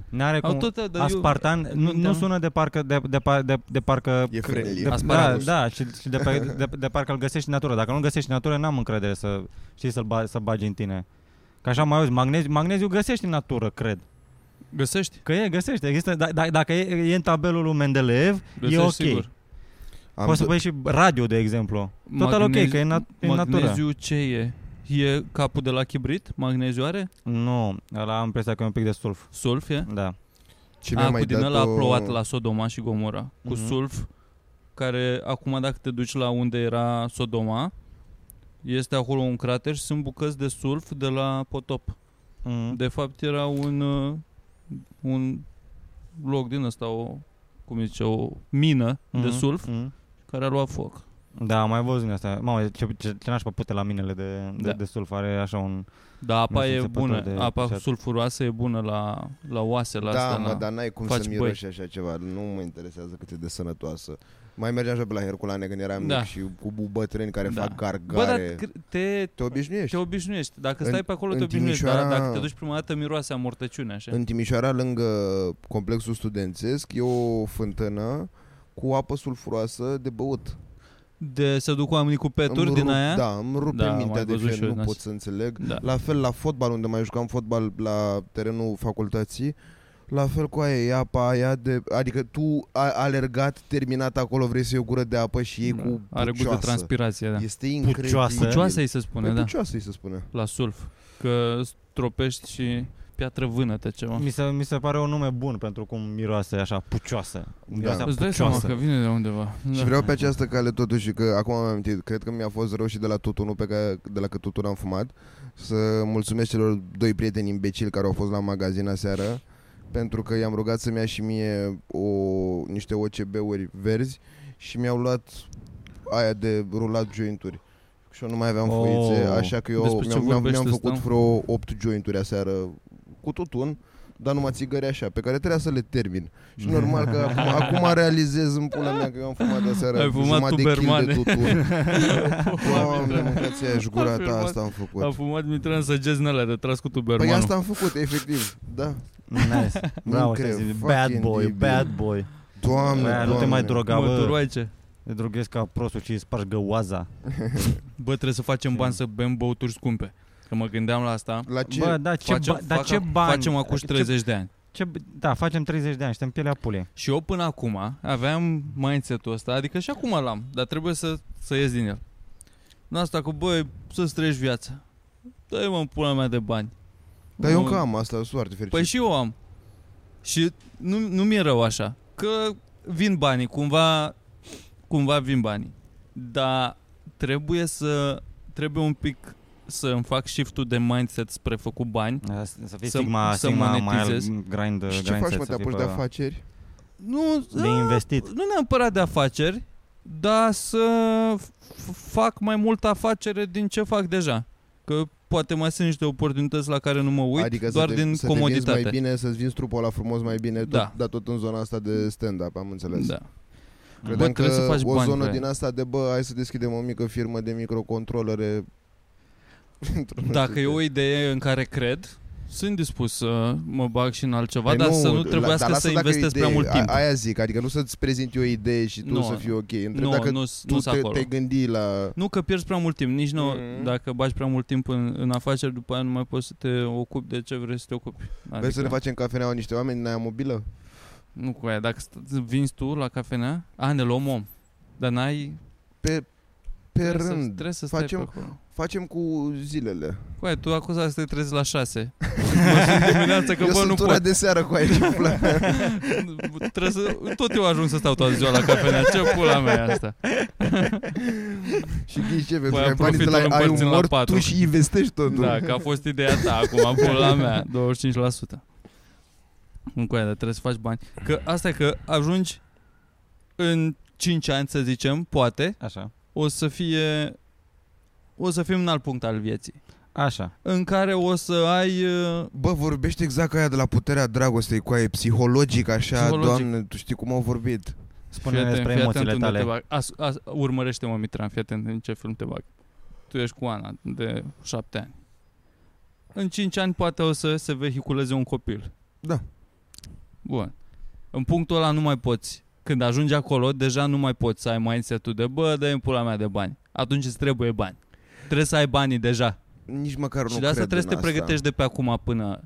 Speaker 1: N-are
Speaker 2: Au
Speaker 1: cum...
Speaker 2: tot, dar
Speaker 1: Aspartan
Speaker 2: eu,
Speaker 1: nu, nu
Speaker 2: minteam.
Speaker 1: sună de parcă de, de, pa- de, de parcă
Speaker 3: E
Speaker 1: cre-
Speaker 3: friendly.
Speaker 1: de, da,
Speaker 2: Asparagus.
Speaker 1: da, și, și de, pe, de, de, parcă îl găsești în natură. Dacă nu găsești în natură, n-am încredere să știi să-l ba, să bagi în tine. Că așa mai auzi, magneziu, magneziu găsești în natură, cred.
Speaker 2: Găsești?
Speaker 1: Că e, găsești. Există, da, da, dacă e, e în tabelul lui Mendeleev,
Speaker 2: Găsești
Speaker 1: e ok.
Speaker 2: sigur.
Speaker 3: Am
Speaker 1: Poți să
Speaker 3: d-
Speaker 1: pui și radio, de exemplu. Total ok, că e, nat- e în natură.
Speaker 2: Magneziu ce e? E capul de la chibrit? Magneziu are?
Speaker 1: Nu, ăla am impresia că e un pic de sulf.
Speaker 2: Sulf e?
Speaker 1: Da.
Speaker 3: ce mi-a
Speaker 2: A,
Speaker 3: mai
Speaker 2: cu din
Speaker 3: dat
Speaker 2: ăla a
Speaker 3: o-
Speaker 2: plouat la Sodoma și Gomora. Cu
Speaker 1: Mhm.
Speaker 2: sulf, care acum dacă te duci la unde era Sodoma, este acolo un crater și sunt bucăți de sulf de la potop.
Speaker 3: Mhm.
Speaker 1: Mm.
Speaker 2: De fapt era un, uh, un loc din ăsta, o, cum zice, o mină mm-hmm. de
Speaker 1: Mhm.
Speaker 2: sulf
Speaker 1: Mm.
Speaker 2: care a luat foc.
Speaker 1: Da, am mai văzut din asta. Mamă, ce, ce, ce nașpa pute la minele de, de,
Speaker 2: Da.
Speaker 1: da. de sulf. Are așa un...
Speaker 2: Dar apa
Speaker 1: Mi-e
Speaker 2: e
Speaker 1: înțepător
Speaker 2: bună,
Speaker 1: de
Speaker 2: apa
Speaker 1: șarpe.
Speaker 2: sulfuroasă e bună la, la oase, la
Speaker 3: exact. Da,
Speaker 2: asta.
Speaker 3: mă,
Speaker 2: la...
Speaker 3: dar n-ai cum
Speaker 2: faci
Speaker 3: să miroși așa ceva. Nu mă interesează cât e de sănătoasă. Mai mergeam și pe la Herculane când eram
Speaker 2: Da.
Speaker 3: mic și cu bu- bătrâni care
Speaker 2: Da. Bă,
Speaker 3: fac
Speaker 2: dar
Speaker 3: gargare.
Speaker 2: cre- te,
Speaker 3: Te obișnuiești.
Speaker 2: te obișnuiești. Dacă stai
Speaker 3: În-
Speaker 2: pe acolo, te
Speaker 3: în
Speaker 2: obișnuiești. Dar
Speaker 3: Timișoara-
Speaker 2: dacă te duci prima dată, miroase a mortăciune, așa.
Speaker 3: În Timișoara, lângă complexul studențesc, e o fântână cu apă sulfuroasă de băut.
Speaker 2: De se duc oamenii cu peturi
Speaker 3: Îmi
Speaker 2: din
Speaker 3: rup-
Speaker 2: aia?
Speaker 3: Da, îmi rupe
Speaker 2: Da,
Speaker 3: da,
Speaker 2: am mai
Speaker 3: mintea de
Speaker 2: văzut
Speaker 3: ce
Speaker 2: și eu
Speaker 3: nu
Speaker 2: din
Speaker 3: pot
Speaker 2: asta.
Speaker 3: să înțeleg.
Speaker 2: Da.
Speaker 3: La fel la fotbal, unde mai jucam fotbal la terenul facultății, la fel cu aia e apa aia de... Adică tu a, alergat, terminat acolo, vrei să iei o gură de apă și ei
Speaker 2: Da.
Speaker 3: cu
Speaker 2: Are gust de
Speaker 3: pucioasă.
Speaker 2: transpirație, da.
Speaker 3: Este incredibil.
Speaker 1: Pucioasă.
Speaker 2: Pucioasă îi se spune,
Speaker 3: Păi
Speaker 2: da.
Speaker 3: Pucioasă îi se spune.
Speaker 2: La sulf. Că stropești și piatră vânătă ceva.
Speaker 1: Mi se, mi se pare un nume bun pentru cum miroase așa pucioasă.
Speaker 3: Da.
Speaker 1: Miroase
Speaker 2: Îți dai seama
Speaker 1: pucioasă.
Speaker 2: că vine de undeva.
Speaker 3: Și vreau pe această cale totuși că acum am amintit, cred că mi-a fost rău și de la tutunul pe care, de la cât tutun am fumat, să mulțumesc celor doi prieteni imbecili care au fost la magazin aseară, pentru că i-am rugat să-mi ia și mie o, niște OCB-uri verzi și mi-au luat aia de rulat jointuri. Și eu nu mai aveam
Speaker 1: Oh.
Speaker 3: foițe, așa că eu
Speaker 2: Despre ce
Speaker 3: mi-am, mi-am,
Speaker 2: vorbește
Speaker 3: mi-am făcut
Speaker 2: ăsta?
Speaker 3: vreo 8 jointuri aseară cu tutun, dar numai țigări așa, pe care trebuia să le termin. Și normal că acum, acum realizez în pula mea că eu am fumat aseară
Speaker 2: Ai fumat
Speaker 3: jumătate de kil
Speaker 2: tubermane.
Speaker 3: de tutun. Doamne, mâncați aia și gura
Speaker 2: Ai
Speaker 3: ta,
Speaker 2: fumat-
Speaker 3: asta am făcut.
Speaker 2: A fumat Mitran săgeți în alea de tras cu
Speaker 3: Păi
Speaker 2: tubermanul.
Speaker 3: asta am făcut, efectiv, da.
Speaker 1: Nice. Bravo,
Speaker 3: cred,
Speaker 1: Stazi. bad
Speaker 3: fucking
Speaker 1: boy,
Speaker 3: debil.
Speaker 1: bad boy.
Speaker 3: Doamne,
Speaker 1: Bă,
Speaker 3: doamne.
Speaker 1: nu te mai droga,
Speaker 2: Mă,
Speaker 1: bă.
Speaker 2: turoaice.
Speaker 1: Te droghezi ca prostul și îi spargi găoaza.
Speaker 2: Bă, trebuie să facem bani să bem băuturi scumpe. Că mă gândeam la asta.
Speaker 3: La ce?
Speaker 1: Bă, da, ce,
Speaker 2: facem,
Speaker 1: ba, da,
Speaker 2: fac-
Speaker 1: ce bani? Adică
Speaker 2: Facem acum și
Speaker 1: Ce-
Speaker 2: 30 de ani.
Speaker 1: Ce, da, facem 30 de ani, suntem pielea pulei.
Speaker 2: Și eu până acum aveam mindset-ul ăsta, adică și acum l-am, dar trebuie să, să ies din el. În asta cu, băi, să-ți treci viața. Dă-i mă în pula mea de bani.
Speaker 3: Dar eu
Speaker 2: Nu-
Speaker 3: încă am asta, soarte fericit.
Speaker 2: Păi și eu am. Și nu, nu mi-e rău așa. Că vin banii, cumva, cumva vin banii. Dar trebuie să, trebuie un pic să îmi fac shift-ul de mindset spre făcut bani.
Speaker 1: Să fii
Speaker 2: Să-
Speaker 1: stigma,
Speaker 2: să
Speaker 1: stigma mai al
Speaker 2: monetizez.
Speaker 1: grind,
Speaker 3: și ce
Speaker 1: grind
Speaker 3: faci,
Speaker 1: set,
Speaker 3: mă,
Speaker 1: să fii
Speaker 3: te apuci de
Speaker 1: pe-
Speaker 3: afaceri?
Speaker 2: Nu,
Speaker 1: De
Speaker 2: a,
Speaker 1: investit.
Speaker 2: nu neapărat de afaceri, dar să f- fac mai multă afacere din ce fac deja. Că poate mai sunt niște oportunități la care nu mă uit,
Speaker 3: adică
Speaker 2: doar
Speaker 3: să te,
Speaker 2: din
Speaker 3: să Te
Speaker 2: comoditate.
Speaker 3: vinzi mai bine, să-ți vinzi trupul la frumos mai bine, tot,
Speaker 2: Da.
Speaker 3: dar tot în zona asta de stand-up, am înțeles.
Speaker 2: da. Bă,
Speaker 3: Credeam
Speaker 2: trebuie
Speaker 3: că
Speaker 2: să faci
Speaker 3: o
Speaker 2: bani
Speaker 3: zonă
Speaker 2: pe
Speaker 3: din
Speaker 2: aia.
Speaker 3: asta de, bă, hai să deschidem o mică firmă de microcontrolere. Într-un
Speaker 2: Dacă e
Speaker 3: fel.
Speaker 2: o idee în care cred, sunt dispus să mă bag și în altceva,
Speaker 3: Păi
Speaker 2: dar da, să nu
Speaker 3: la-
Speaker 2: trebuiască
Speaker 3: dar lasă
Speaker 2: să
Speaker 3: dacă e o
Speaker 2: investesc prea
Speaker 3: idee.
Speaker 2: mult timp.
Speaker 3: A, aia zic, adică nu să-ți prezint eu o idee și tu
Speaker 2: Nu,
Speaker 3: să fii ok. Întreb
Speaker 2: nu,
Speaker 3: dacă
Speaker 2: nu,
Speaker 3: tu
Speaker 2: nu sunt
Speaker 3: te,
Speaker 2: acolo.
Speaker 3: te gândi la...
Speaker 2: Nu că pierzi prea mult timp, nici nu,
Speaker 3: Mhm.
Speaker 2: dacă bagi prea mult timp în, în afaceri, după aia nu mai poți să te ocupi de ce vrei să te ocupi. Adică,
Speaker 3: Vrei să ne facem cafeneaua niște oameni din aia mobilă?
Speaker 2: Nu cu aia, dacă st- vinzi tu la cafenea, a, ne luăm om, dar n-ai...
Speaker 3: Pe, pe
Speaker 2: trebuie să-
Speaker 3: rând.
Speaker 2: Trebuie să stai
Speaker 3: Facem-
Speaker 2: pe acolo.
Speaker 3: Facem cu zilele.
Speaker 2: Cu aia, tu acuzat să te trezi la 6. Mă sunt dimineața că
Speaker 3: Eu
Speaker 2: bă,
Speaker 3: sunt
Speaker 2: nu
Speaker 3: una
Speaker 2: pot.
Speaker 3: de seară cu aici. pula.
Speaker 2: Trebuie să, tot eu ajung să stau toată ziua la cafenea. Ce pula mea e asta? Păi
Speaker 3: și ghici ce, pentru
Speaker 2: aia
Speaker 3: că ai banii de la
Speaker 2: profitul
Speaker 3: ai
Speaker 2: împărțim la
Speaker 3: umor,
Speaker 2: patru.
Speaker 3: tu și investești totul.
Speaker 2: Da, că a fost ideea ta acum, pula mea, 25%. Încă aia, dar trebuie să faci bani. Că asta e că ajungi în 5 ani, să zicem, poate,
Speaker 1: Așa.
Speaker 2: o să fie o să fim un alt punct al vieții
Speaker 1: Așa.
Speaker 2: în care o să ai uh,
Speaker 3: Bă, vorbește exact ca aia de la puterea dragostei cu aia, e psihologic așa,
Speaker 2: Psihologic.
Speaker 3: doamne, tu știi cum au vorbit.
Speaker 1: Spune-ne
Speaker 2: fii atent,
Speaker 1: despre
Speaker 2: fii atent
Speaker 1: emoțiile
Speaker 2: unde
Speaker 1: tale.
Speaker 2: te bag. As, as, urmărește-mă, Mitran, fii atent în ce film te bag. Tu ești cu Ana, de șapte ani. În cinci ani poate o să se vehiculeze un copil.
Speaker 3: Da.
Speaker 2: Bun. În punctul ăla nu mai poți. Când ajungi acolo, deja nu mai poți să ai mindset-ul de bă, dă-mi pula mea de bani. Atunci îți trebuie bani. Trebuie să ai banii deja.
Speaker 3: Nici măcar nu
Speaker 2: Și de asta
Speaker 3: cred
Speaker 2: trebuie să
Speaker 3: în
Speaker 2: te pregătești de pe acum până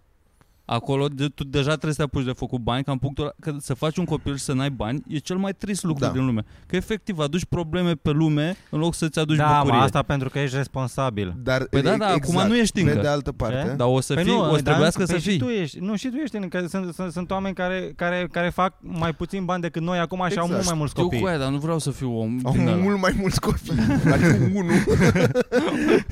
Speaker 2: acolo. De, tu deja trebuie să te apuci de făcut bani, ca în punctul ăla- că să faci un copil și să n-ai bani e cel mai trist lucru
Speaker 3: Da.
Speaker 2: din lume. Că efectiv aduci probleme pe lume în loc să-ți aduci
Speaker 1: da,
Speaker 2: bucurie.
Speaker 1: mă, asta pentru că ești responsabil.
Speaker 3: Dar,
Speaker 2: Păi da, da,
Speaker 3: exact,
Speaker 2: acum nu ești
Speaker 3: Pe de
Speaker 2: încă. Da.
Speaker 3: altă parte,
Speaker 2: Dar o să fii, o să
Speaker 1: Păi dar-
Speaker 2: trebuiască să
Speaker 1: păi
Speaker 2: fii.
Speaker 1: Și tu ești, nu, și tu ești în, că sunt, sunt, sunt oameni care, care, care fac mai puțin bani decât noi acum și exact. au
Speaker 3: Exact.
Speaker 1: mult mai mulți
Speaker 2: Știu cu
Speaker 1: copii.
Speaker 2: aia, dar nu vreau să fiu om
Speaker 3: au
Speaker 2: din ăla.
Speaker 3: mult mai mulți copii, adică unul.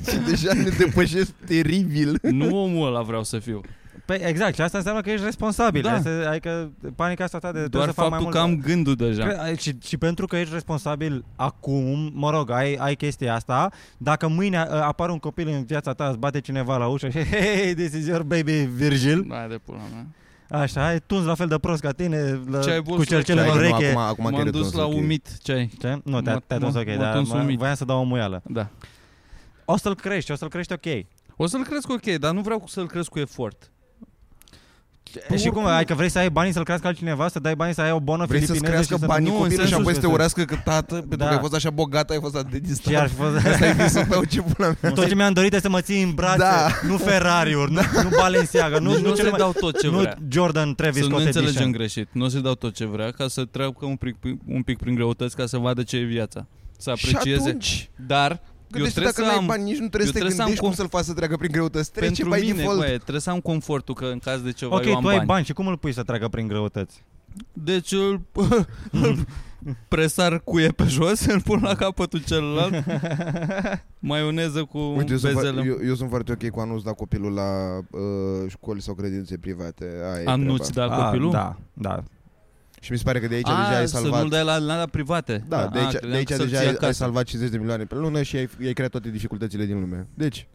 Speaker 3: și deja ne depășesc teribil.
Speaker 2: Nu omul ăla vreau să fiu.
Speaker 1: Păi exact, și asta înseamnă că ești responsabil.
Speaker 2: Da.
Speaker 1: Da. Asta, adică panica asta ta de trebuie
Speaker 2: Doar
Speaker 1: să fac mai
Speaker 2: faptul
Speaker 1: mult.
Speaker 2: că am gândul deja.
Speaker 1: Cre- ai- și, și pentru că ești responsabil acum, mă rog, ai, ai chestia asta, dacă mâine a, apare un copil în viața ta, îți bate cineva la ușă și hey, this is your baby, Virgil,
Speaker 2: Da, de pula mea.
Speaker 1: așa, ai tuns la fel de prost ca tine, la,
Speaker 2: Ce ai,
Speaker 1: cu
Speaker 2: bossule?
Speaker 1: cercele
Speaker 2: Ce
Speaker 1: în
Speaker 2: ai,
Speaker 3: Hai că nu,
Speaker 1: ureche.
Speaker 3: acum, acum
Speaker 2: M-am dus la umit, ce ai?
Speaker 1: Ce? Nu,
Speaker 2: M-a-
Speaker 1: te-a, te-a dus
Speaker 2: m-a-
Speaker 1: ok,
Speaker 2: m-a
Speaker 1: dar
Speaker 2: tuns
Speaker 1: mă-
Speaker 2: umit.
Speaker 1: voiam să dau o muială.
Speaker 2: Da.
Speaker 1: O să-l crești, o să-l crești
Speaker 3: Păi
Speaker 1: ok.
Speaker 2: O să-l cresc ok, dar nu vreau să-l cresc cu efort.
Speaker 1: Păi și cum, adică vrei să ai banii să-l crească altcineva, să dai banii să ai o bonă
Speaker 3: Vrei să-ți
Speaker 1: filipineză
Speaker 3: crească
Speaker 1: și să
Speaker 3: banii
Speaker 1: nu, în
Speaker 3: copilul și
Speaker 1: sensul
Speaker 3: apoi să te
Speaker 1: ăsta.
Speaker 3: urască că tată, pentru
Speaker 1: Da.
Speaker 3: că ai fost așa bogat, ai fost atât de
Speaker 1: Și ar
Speaker 3: distrat.
Speaker 1: fi fost...
Speaker 3: Asta e visul tău, ce pula mea.
Speaker 1: Păi Tot ce mi-am dorit este să mă ții în brațe,
Speaker 3: Da.
Speaker 1: nu Ferrari-uri, nu, nu Balenciaga,
Speaker 2: Nu,
Speaker 1: nu,
Speaker 2: deci nu,
Speaker 1: nu,
Speaker 2: nu
Speaker 1: cele mai,
Speaker 2: să-i dau tot ce
Speaker 1: nu
Speaker 2: vrea.
Speaker 1: Jordan Travis
Speaker 2: Să nu
Speaker 1: Scott
Speaker 2: înțelegem
Speaker 1: Edition.
Speaker 2: greșit. Nu o să-i dau tot ce vrea ca să treacă un pic, un pic prin greutăți ca să vadă ce e viața. Să
Speaker 3: Și
Speaker 2: aprecieze.
Speaker 3: atunci,
Speaker 2: Dar
Speaker 3: gândește
Speaker 2: trebuie
Speaker 3: dacă
Speaker 2: să
Speaker 3: n-ai
Speaker 2: am-
Speaker 3: bani, nici nu trebuie
Speaker 2: eu
Speaker 3: să te
Speaker 2: trebuie să am
Speaker 3: gândești cum
Speaker 2: conf-
Speaker 3: să-l faci să treacă prin greutăți. Trece
Speaker 2: pentru
Speaker 3: by
Speaker 2: mine,
Speaker 3: default.
Speaker 2: băie, trebuie să am confortul că în caz de ceva
Speaker 1: Ok,
Speaker 2: eu am
Speaker 1: tu ai
Speaker 2: bani.
Speaker 1: bani și cum îl pui să treacă prin greutăți?
Speaker 2: Deci îl, îl presar cuie pe jos, îl pun la capătul celălalt, maioneză cu
Speaker 3: Uite, eu sunt,
Speaker 2: bezelă.
Speaker 3: fa- eu, eu sunt foarte ok cu a nu-ți da copilul la uh, școli sau credințe private. Aia e
Speaker 2: A nu-ți
Speaker 3: treaba.
Speaker 2: da copilul?
Speaker 1: da, da.
Speaker 3: Și mi se pare că Ah, de aici
Speaker 2: A,
Speaker 3: deja ai
Speaker 2: să
Speaker 3: salvat.
Speaker 2: nu-l dai la, la, la private. Ah,
Speaker 3: Da, de aici,
Speaker 2: a,
Speaker 3: de aici deja ai, ai salvat 50 de milioane pe lună și ai, ai creat toate dificultățile din lume. Deci,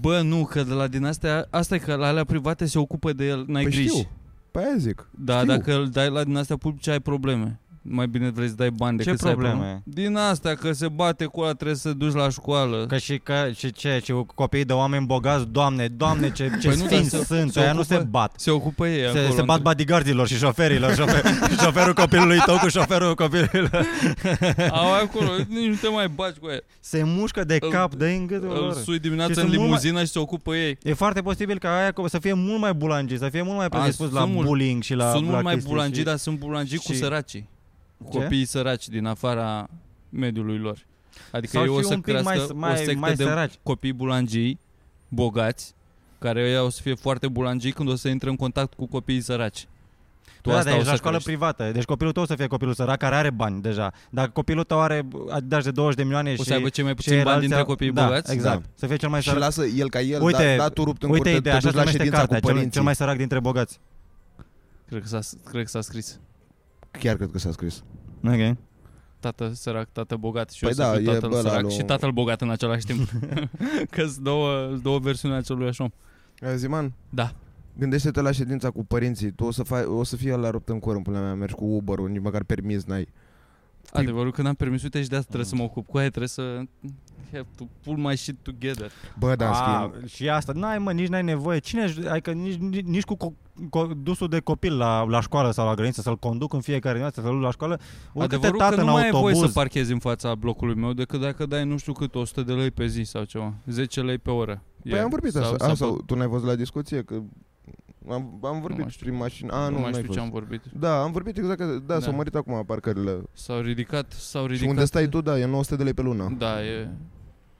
Speaker 2: Bă, nu, că de la din astea, asta e că la alea private se ocupă de el, n-ai
Speaker 3: păi
Speaker 2: griji.
Speaker 3: știu. Păi aia zic.
Speaker 2: Da,
Speaker 3: Știu.
Speaker 2: dacă îl dai la din astea publice, ai probleme. Mai bine vrei să dai bani
Speaker 1: Ce
Speaker 2: decât să ai
Speaker 1: probleme?
Speaker 2: probleme. Din astea, că se bate cu ăla, trebuie să te duci la școală.
Speaker 1: Că și, că, și ce, și copiii de oameni bogați, doamne, doamne, ce, ce
Speaker 2: Păi nu, dar
Speaker 1: sfinți
Speaker 2: se-
Speaker 1: sunt,
Speaker 2: se
Speaker 1: aia nu
Speaker 2: ocupă-
Speaker 1: se bat.
Speaker 2: Se ocupă ei
Speaker 1: Se,
Speaker 2: acolo.
Speaker 1: se bat bodyguardilor și șoferilor, șofer, șoferul copilului tău cu șoferul copilului.
Speaker 2: Au acolo, nici nu te mai baci cu ei.
Speaker 1: Se mușcă de
Speaker 2: Îl-
Speaker 1: cap, de în gâtul
Speaker 2: Îl
Speaker 1: lor.
Speaker 2: sui
Speaker 1: Și
Speaker 2: dimineața în
Speaker 1: sunt mult
Speaker 2: limuzină și se ocupă ei.
Speaker 1: E foarte posibil ca aia co- să fie mult mai bulangii, să fie mult mai predispus
Speaker 2: sunt
Speaker 1: la
Speaker 2: mult-
Speaker 1: bullying și la
Speaker 2: sunt
Speaker 1: la
Speaker 2: mult mai adică
Speaker 1: chestii
Speaker 2: bulangii,
Speaker 1: și...
Speaker 2: dar sunt bulangii cu
Speaker 1: și-
Speaker 2: săracii. Cu
Speaker 1: Ce?
Speaker 2: copiii săraci din afara mediului lor. Adică
Speaker 1: Sau
Speaker 2: ei o
Speaker 1: și
Speaker 2: să
Speaker 1: un pic
Speaker 2: crească
Speaker 1: mai,
Speaker 2: o
Speaker 1: mai,
Speaker 2: sectă
Speaker 1: mai
Speaker 2: de
Speaker 1: săraci.
Speaker 2: copii bulangii, bogați, care ăia o să fie foarte bulangii când o să intre în contact cu copiii săraci. Tu
Speaker 1: da,
Speaker 2: asta
Speaker 1: dar
Speaker 2: o
Speaker 1: ești
Speaker 2: să
Speaker 1: la școală
Speaker 2: crești.
Speaker 1: privată. Deci copilul tău o să fie copilul sărac care are bani deja. Dacă copilul tău are Adidas de 20 de milioane
Speaker 2: O
Speaker 1: și
Speaker 2: să aibă cei mai
Speaker 1: și
Speaker 2: puțini bani
Speaker 1: alții
Speaker 2: dintre
Speaker 1: au-
Speaker 2: copiii
Speaker 1: da,
Speaker 2: bogați.
Speaker 1: Exact.
Speaker 3: Da.
Speaker 1: Să fie cel mai
Speaker 3: Și
Speaker 1: sărac.
Speaker 3: lasă el ca el,
Speaker 1: Uite-
Speaker 3: da, da tu rupt în
Speaker 1: Uite
Speaker 3: curte,
Speaker 1: ideea,
Speaker 3: te
Speaker 1: așa
Speaker 3: duci
Speaker 1: se
Speaker 3: la
Speaker 1: numește
Speaker 3: ședința
Speaker 1: cartea,
Speaker 3: cu
Speaker 1: cel,
Speaker 3: părinții.
Speaker 1: cel mai sărac dintre bogați.
Speaker 2: Cred că s-a, cred că s-a scris.
Speaker 3: Chiar cred că s-a scris.
Speaker 1: Ok.
Speaker 2: Tată sărac, tată bogat și
Speaker 3: Păi
Speaker 2: eu să
Speaker 3: da,
Speaker 2: fiu
Speaker 3: e
Speaker 2: tatăl
Speaker 3: ăla
Speaker 2: sărac
Speaker 3: lui-
Speaker 2: și tatăl bogat în același timp. că sunt două, două versiuni acelui așa om.
Speaker 3: Ziman,
Speaker 2: Da.
Speaker 3: gândește-te la ședința cu părinții. Tu o să, fa- o să fie la rupt în cor în până mea, mergi cu Uber-ul, nici măcar permis n-ai.
Speaker 2: Adevărul că n-am permis, uite și de asta trebuie să mă ocup cu aia, trebuie să have to pull my shit together.
Speaker 3: Bă, da, în
Speaker 1: A,
Speaker 3: schimb.
Speaker 1: și asta, n-ai mă, nici n-ai nevoie. Cine, adică nici, nici, nici cu co- co- dusul de copil la, la școală sau la grădință, să-l conduc în fiecare dimineață, să-l duc la școală, urcă-te
Speaker 2: Adevărul că
Speaker 1: tată
Speaker 2: nu
Speaker 1: în
Speaker 2: mai ai voie
Speaker 1: autobuz.
Speaker 2: să parchezi în fața blocului meu decât dacă dai nu știu cât, 100 de lei pe zi sau ceva, 10 lei pe oră.
Speaker 3: Păi am vorbit
Speaker 2: sau,
Speaker 3: asta.
Speaker 2: sau
Speaker 3: A,
Speaker 2: pe-
Speaker 3: sau tu n-ai fost la discuție? Că am, am vorbit
Speaker 2: mai știu.
Speaker 3: prin mașină. A, nu,
Speaker 2: nu mai
Speaker 3: n-ai
Speaker 2: știu
Speaker 3: fost.
Speaker 2: ce am vorbit.
Speaker 3: Da, am vorbit exact, că, da,
Speaker 2: Da. Păi
Speaker 3: s-au mărit acum parcările.
Speaker 2: S-au ridicat, s-au ridicat.
Speaker 3: Și unde stai tu, da, e 900 de lei pe lună.
Speaker 2: Da, e,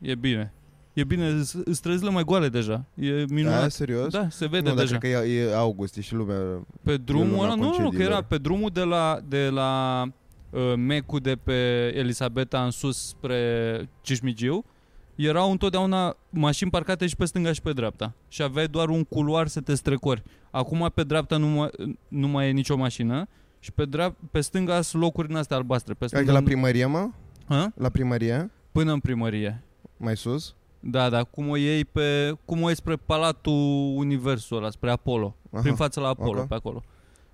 Speaker 2: e bine. E bine, s- sunt străzile mai goale deja. E
Speaker 3: Da,
Speaker 2: minunat.
Speaker 3: serios?
Speaker 2: Da, se vede
Speaker 3: nu, dar
Speaker 2: deja.
Speaker 3: cred că e, e august, e și lumea...
Speaker 2: Pe drumul
Speaker 3: luna
Speaker 2: ăla, nu, nu, că
Speaker 3: concediilor.
Speaker 2: era pe drumul de la, de la uh, Mecu de pe Elisabeta în sus spre Cismigiu, erau întotdeauna mașini parcate și pe stânga și pe dreapta. Și aveai doar un culoar să te strecori. Acum pe dreapta nu mai, nu mai e nicio mașină și pe, dreap, pe stânga sunt locuri din astea albastre. Pe stânga,
Speaker 3: Adică la primărie, mă?
Speaker 2: Hă?
Speaker 3: La primărie?
Speaker 2: Până în primărie.
Speaker 3: Mai sus?
Speaker 2: Da, da, cum o iei, pe, cum o iei spre Palatul Universul ăla, spre Apollo.
Speaker 3: Aha.
Speaker 2: prin fața la Apollo,
Speaker 3: ok.
Speaker 2: pe acolo.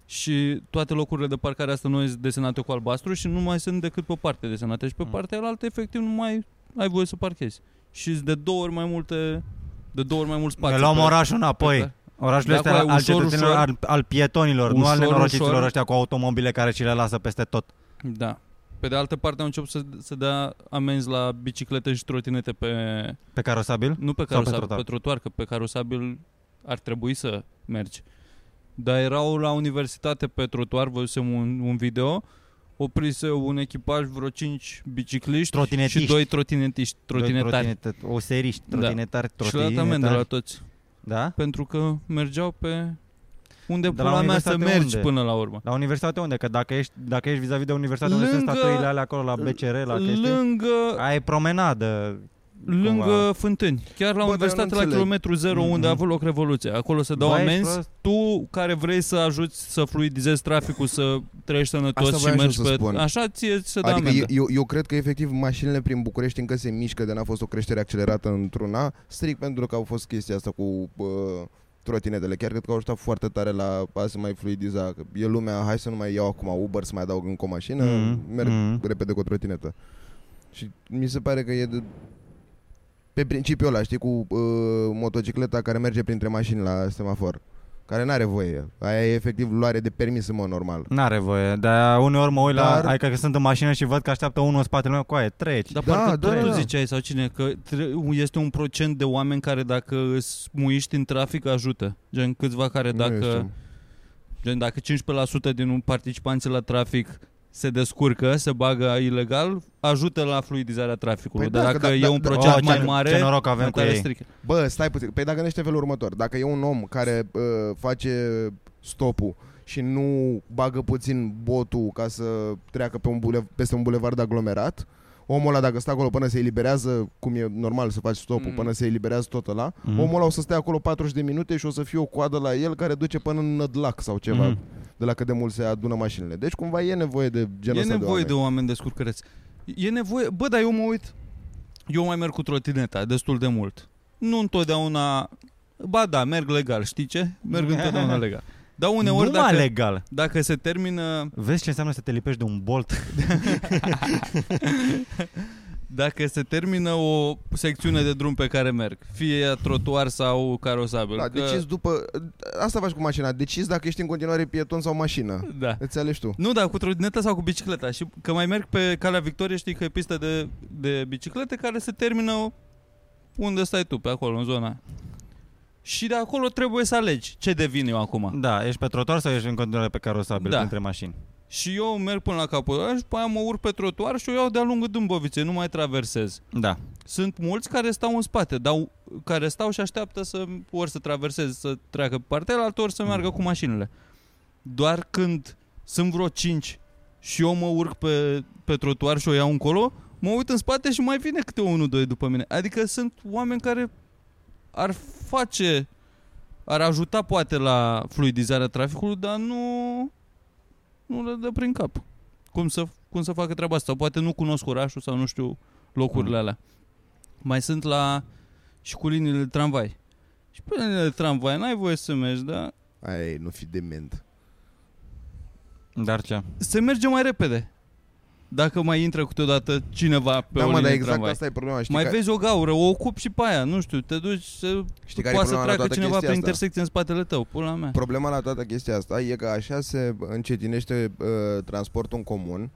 Speaker 2: Și toate locurile de parcare astea noi sunt desenate cu albastru și nu mai sunt decât pe o parte desenate. Și pe
Speaker 1: Mm.
Speaker 2: partea altă, efectiv, nu mai ai voie să parchezi. Și sunt de două ori mai multe de două ori mai mult spațiu.
Speaker 1: Ne luăm
Speaker 2: pe-
Speaker 1: orașul înapoi.
Speaker 2: pe-
Speaker 1: Orașul
Speaker 2: De
Speaker 1: este
Speaker 2: acolo
Speaker 1: al,
Speaker 2: Exact. e
Speaker 1: al
Speaker 2: ușor,
Speaker 1: cetățenilor,
Speaker 2: ușor.
Speaker 1: al, al pietonilor, nu al
Speaker 2: Ușor,
Speaker 1: nenorociților
Speaker 2: ușor.
Speaker 1: ăștia cu automobile care ci le lasă peste tot.
Speaker 2: Da. Pe de altă parte au început să, să dea amenzi la biciclete și trotinete pe...
Speaker 1: Pe carosabil?
Speaker 2: Nu pe
Speaker 1: Sau pe
Speaker 2: carosabil, pe,
Speaker 1: trotuar.
Speaker 2: pe trotuar, că pe carosabil ar trebui să mergi. Dar erau la universitate pe trotuar, văzusem un, un video, oprise un echipaj vreo 5 bicicliști
Speaker 1: Trotinetiști.
Speaker 2: și doi trotinetiști, trotinetari.
Speaker 1: Trotinetă- Oseriști,
Speaker 2: Da.
Speaker 1: trotinetari,
Speaker 2: Și le-au dat amendă la
Speaker 1: trotinetari.
Speaker 2: toți,
Speaker 1: Da?
Speaker 2: pentru că mergeau pe unde
Speaker 1: De la
Speaker 2: pula mea să
Speaker 1: universitate
Speaker 2: mergi
Speaker 1: unde?
Speaker 2: până la urmă.
Speaker 1: La universitate unde? Că dacă ești, dacă ești vis-a-vis de universitate, unde sunt
Speaker 2: Lângă-
Speaker 1: statuile alea acolo, la BCR, la chestii?
Speaker 2: Lângă,
Speaker 1: Aia e promenadă.
Speaker 2: lângă
Speaker 1: cumva.
Speaker 2: fântâni, chiar la
Speaker 3: Bă,
Speaker 2: universitate
Speaker 3: dar
Speaker 2: la
Speaker 3: nu înțeleg.
Speaker 2: kilometru zero unde a
Speaker 1: Mhm.
Speaker 2: avut loc revoluția. Acolo se dau
Speaker 1: Bă, ești
Speaker 2: amenzi
Speaker 1: prost.
Speaker 2: tu care vrei să ajuți să fluidizezi traficul, să trăiești sănătos
Speaker 3: Asta
Speaker 2: și
Speaker 3: voiam și eu
Speaker 2: mergi
Speaker 3: să
Speaker 2: pe...
Speaker 3: spun.
Speaker 2: Așa ție ți se dă
Speaker 3: Adică
Speaker 2: amendă.
Speaker 3: eu, eu cred că efectiv mașinile prin București încă se mișcă de n-a fost o creștere accelerată într-una, strict pentru că au fost chestia asta cu bă, trotinetele. Chiar cred că au ajutat foarte tare la a se mai fluidiza. Că E lumea, hai să nu mai iau acum Uber să mai adaug încă o mașină,
Speaker 1: Mhm,
Speaker 2: Mm,
Speaker 3: mm-hmm. merg
Speaker 1: mhm.
Speaker 3: repede cu o trotinetă. Și mi se pare că e de... pe principiul ăla, știi, cu uh, motocicleta care merge printre mașini la semafor, care n-are voie. Aia e efectiv luare de permis în mod normal.
Speaker 1: N-are voie, dar uneori mă uit la...
Speaker 3: Dar-
Speaker 1: Adică că sunt în mașină și văd că așteaptă unul în spatele meu, coaie, treci.
Speaker 2: Dar
Speaker 3: Da,
Speaker 2: parcă
Speaker 3: da,
Speaker 2: tot
Speaker 3: da,
Speaker 2: tu
Speaker 3: da.
Speaker 2: ziceai sau cine că tre- este un procent de oameni care dacă îți muiști în trafic ajută. Gen câțiva care
Speaker 3: Nu
Speaker 2: dacă,
Speaker 3: știu.
Speaker 2: gen, dacă 15% din participanții la trafic se descurcă, se bagă ilegal, ajută la fluidizarea traficului.
Speaker 3: Păi
Speaker 2: Dar
Speaker 3: da,
Speaker 2: dacă
Speaker 3: că da-
Speaker 2: e
Speaker 3: da-
Speaker 2: un
Speaker 3: da-
Speaker 2: procent
Speaker 1: Oh,
Speaker 2: mai
Speaker 1: ce-
Speaker 2: mare,
Speaker 1: ce noroc avem
Speaker 2: mai
Speaker 1: cu
Speaker 2: tare
Speaker 1: ei.
Speaker 2: strică.
Speaker 3: Bă, stai puțin. Păi dacă gândește în felul următor. Dacă e un om care uh, face stopul și nu bagă puțin botul ca să treacă pe un bulev- peste un bulevard aglomerat, omul ăla dacă stă acolo până se eliberează, cum e normal să faci stopul,
Speaker 2: Mm.
Speaker 3: mm. până se eliberează tot ăla,
Speaker 1: Mm.
Speaker 3: mm. omul ăla o să stea acolo 40 de minute și o să fie o coadă la el care duce până în nădlac sau ceva,
Speaker 1: Mhm.
Speaker 3: mm. de la cât de mult se adună mașinile. Deci cumva e nevoie de genul
Speaker 2: E
Speaker 3: ăsta
Speaker 2: nevoie de
Speaker 3: de, oameni.
Speaker 2: oameni descurcăreți. E nevoie... Bă, dar eu mă uit... Eu mai merg cu trotineta destul de mult. Nu întotdeauna... Ba da, merg legal, știi ce? Merg întotdeauna legal. Dar uneori
Speaker 1: Numai
Speaker 2: dacă,
Speaker 1: legal.
Speaker 2: dacă se termină
Speaker 1: Vezi ce înseamnă să te lipești de un bolt?
Speaker 2: dacă se termină o secțiune de drum pe care merg, fie trotuar sau carosabil.
Speaker 3: Da, decizi după... Asta faci cu mașina. Decizi dacă ești în continuare pieton sau mașină.
Speaker 2: da.
Speaker 3: Îți alegi tu.
Speaker 2: Nu, dar cu trotineta sau cu bicicleta. Și că mai merg pe calea Victoriei, știi că e pistă de, de biciclete care se termină unde stai tu, pe acolo, în zona. Și de acolo trebuie să alegi ce devin eu acum.
Speaker 1: Da, ești pe trotuar sau ești în continuare pe carosabil
Speaker 2: Da.
Speaker 1: între mașini?
Speaker 2: Și eu merg până la capul ăla și pe aia mă urc pe trotuar și o iau de-a lungul Dâmboviței, nu mai traversez.
Speaker 1: Da.
Speaker 2: Sunt mulți care stau în spate, dau, care stau și așteaptă să ori să traverseze, să treacă pe partea altă, ori să meargă cu mașinile. Doar când sunt vreo 5 și eu mă urc pe, pe trotuar și o iau încolo, mă uit în spate și mai vine câte unul, doi după mine. Adică sunt oameni care ar face, ar ajuta poate la fluidizarea traficului, dar nu, nu le dă prin cap. Cum să, cum să facă treaba asta? Sau Poate nu cunosc orașul sau nu știu locurile alea. Mai sunt la și cu liniile de tramvai. Și pe liniile de tramvai n-ai voie să mergi, dar
Speaker 3: Aia e, nu fi dement.
Speaker 1: Dar ce?
Speaker 2: se merge mai repede. Dacă mai intră câteodată cineva pe
Speaker 3: da,
Speaker 2: o
Speaker 3: mă,
Speaker 2: linie
Speaker 3: dar
Speaker 2: de
Speaker 3: exact
Speaker 2: tramvai.
Speaker 3: asta e problema. Știi
Speaker 2: mai
Speaker 3: ca-
Speaker 2: vezi o gaură, o ocupi și pe aia, nu știu, te duci să
Speaker 3: Știi care e
Speaker 2: poate să
Speaker 3: problema la
Speaker 2: treacă
Speaker 3: toată
Speaker 2: cineva
Speaker 3: chestia
Speaker 2: pe
Speaker 3: asta?
Speaker 2: intersecție în spatele tău, pula mea.
Speaker 3: Problema la toată chestia asta e că așa se încetinește uh, transportul în comun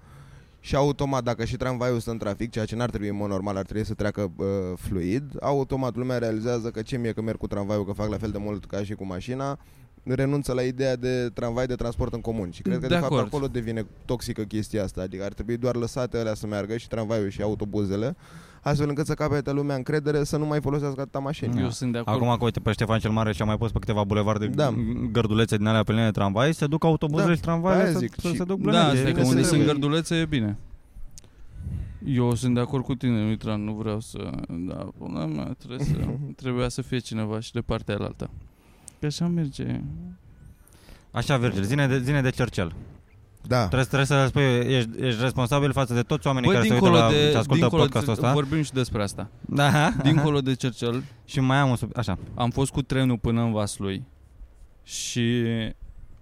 Speaker 3: și automat, dacă și tramvaiul stă în trafic, ceea ce n-ar trebui în mod normal, ar trebui să treacă uh, fluid, automat lumea realizează că ce mie că merg cu tramvaiul, că fac la fel de mult ca și cu mașina, renunță la ideea de tramvai de transport în comun și cred că de,
Speaker 2: De
Speaker 3: fapt
Speaker 2: acord.
Speaker 3: acolo devine toxică chestia asta, adică ar trebui doar lăsate alea să meargă și tramvaiul și autobuzele, astfel încât să capete lumea încredere să nu mai folosească atâta mașini.
Speaker 1: Da.
Speaker 2: Eu sunt de acord.
Speaker 1: Acum că uite pe Ștefan cel Mare și-a mai pus pe câteva bulevarde
Speaker 3: Da.
Speaker 1: da. gărdulețe din alea pe linie de tramvai, se duc autobuzele
Speaker 3: Da,
Speaker 1: și tramvaiele
Speaker 3: aia
Speaker 1: să,
Speaker 3: zic,
Speaker 1: să
Speaker 3: și-
Speaker 1: se duc
Speaker 2: da,
Speaker 1: blânește.
Speaker 2: asta e că
Speaker 3: se
Speaker 2: unde
Speaker 3: trebuie.
Speaker 2: sunt gărdulețe e bine. Eu sunt de acord cu tine, Mitran, nu vreau să... Da, până mea, trebuie să, trebuia să fie cineva și de partea alaltă. Că așa merge.
Speaker 1: Așa, Virgil, zine de, zine de cercel.
Speaker 3: Da.
Speaker 1: Trebuie, trebuie să spui, ești, ești responsabil față de toți oamenii
Speaker 2: Bă,
Speaker 1: care se uită
Speaker 2: dincolo
Speaker 1: la, și
Speaker 2: de...
Speaker 1: ascultă
Speaker 2: Dincolo
Speaker 1: podcastul
Speaker 2: de
Speaker 1: ăsta.
Speaker 2: vorbim și despre asta.
Speaker 1: Da.
Speaker 2: Dincolo de Cercel,
Speaker 1: și mai am un sub... Așa.
Speaker 2: am fost cu trenul până în Vaslui și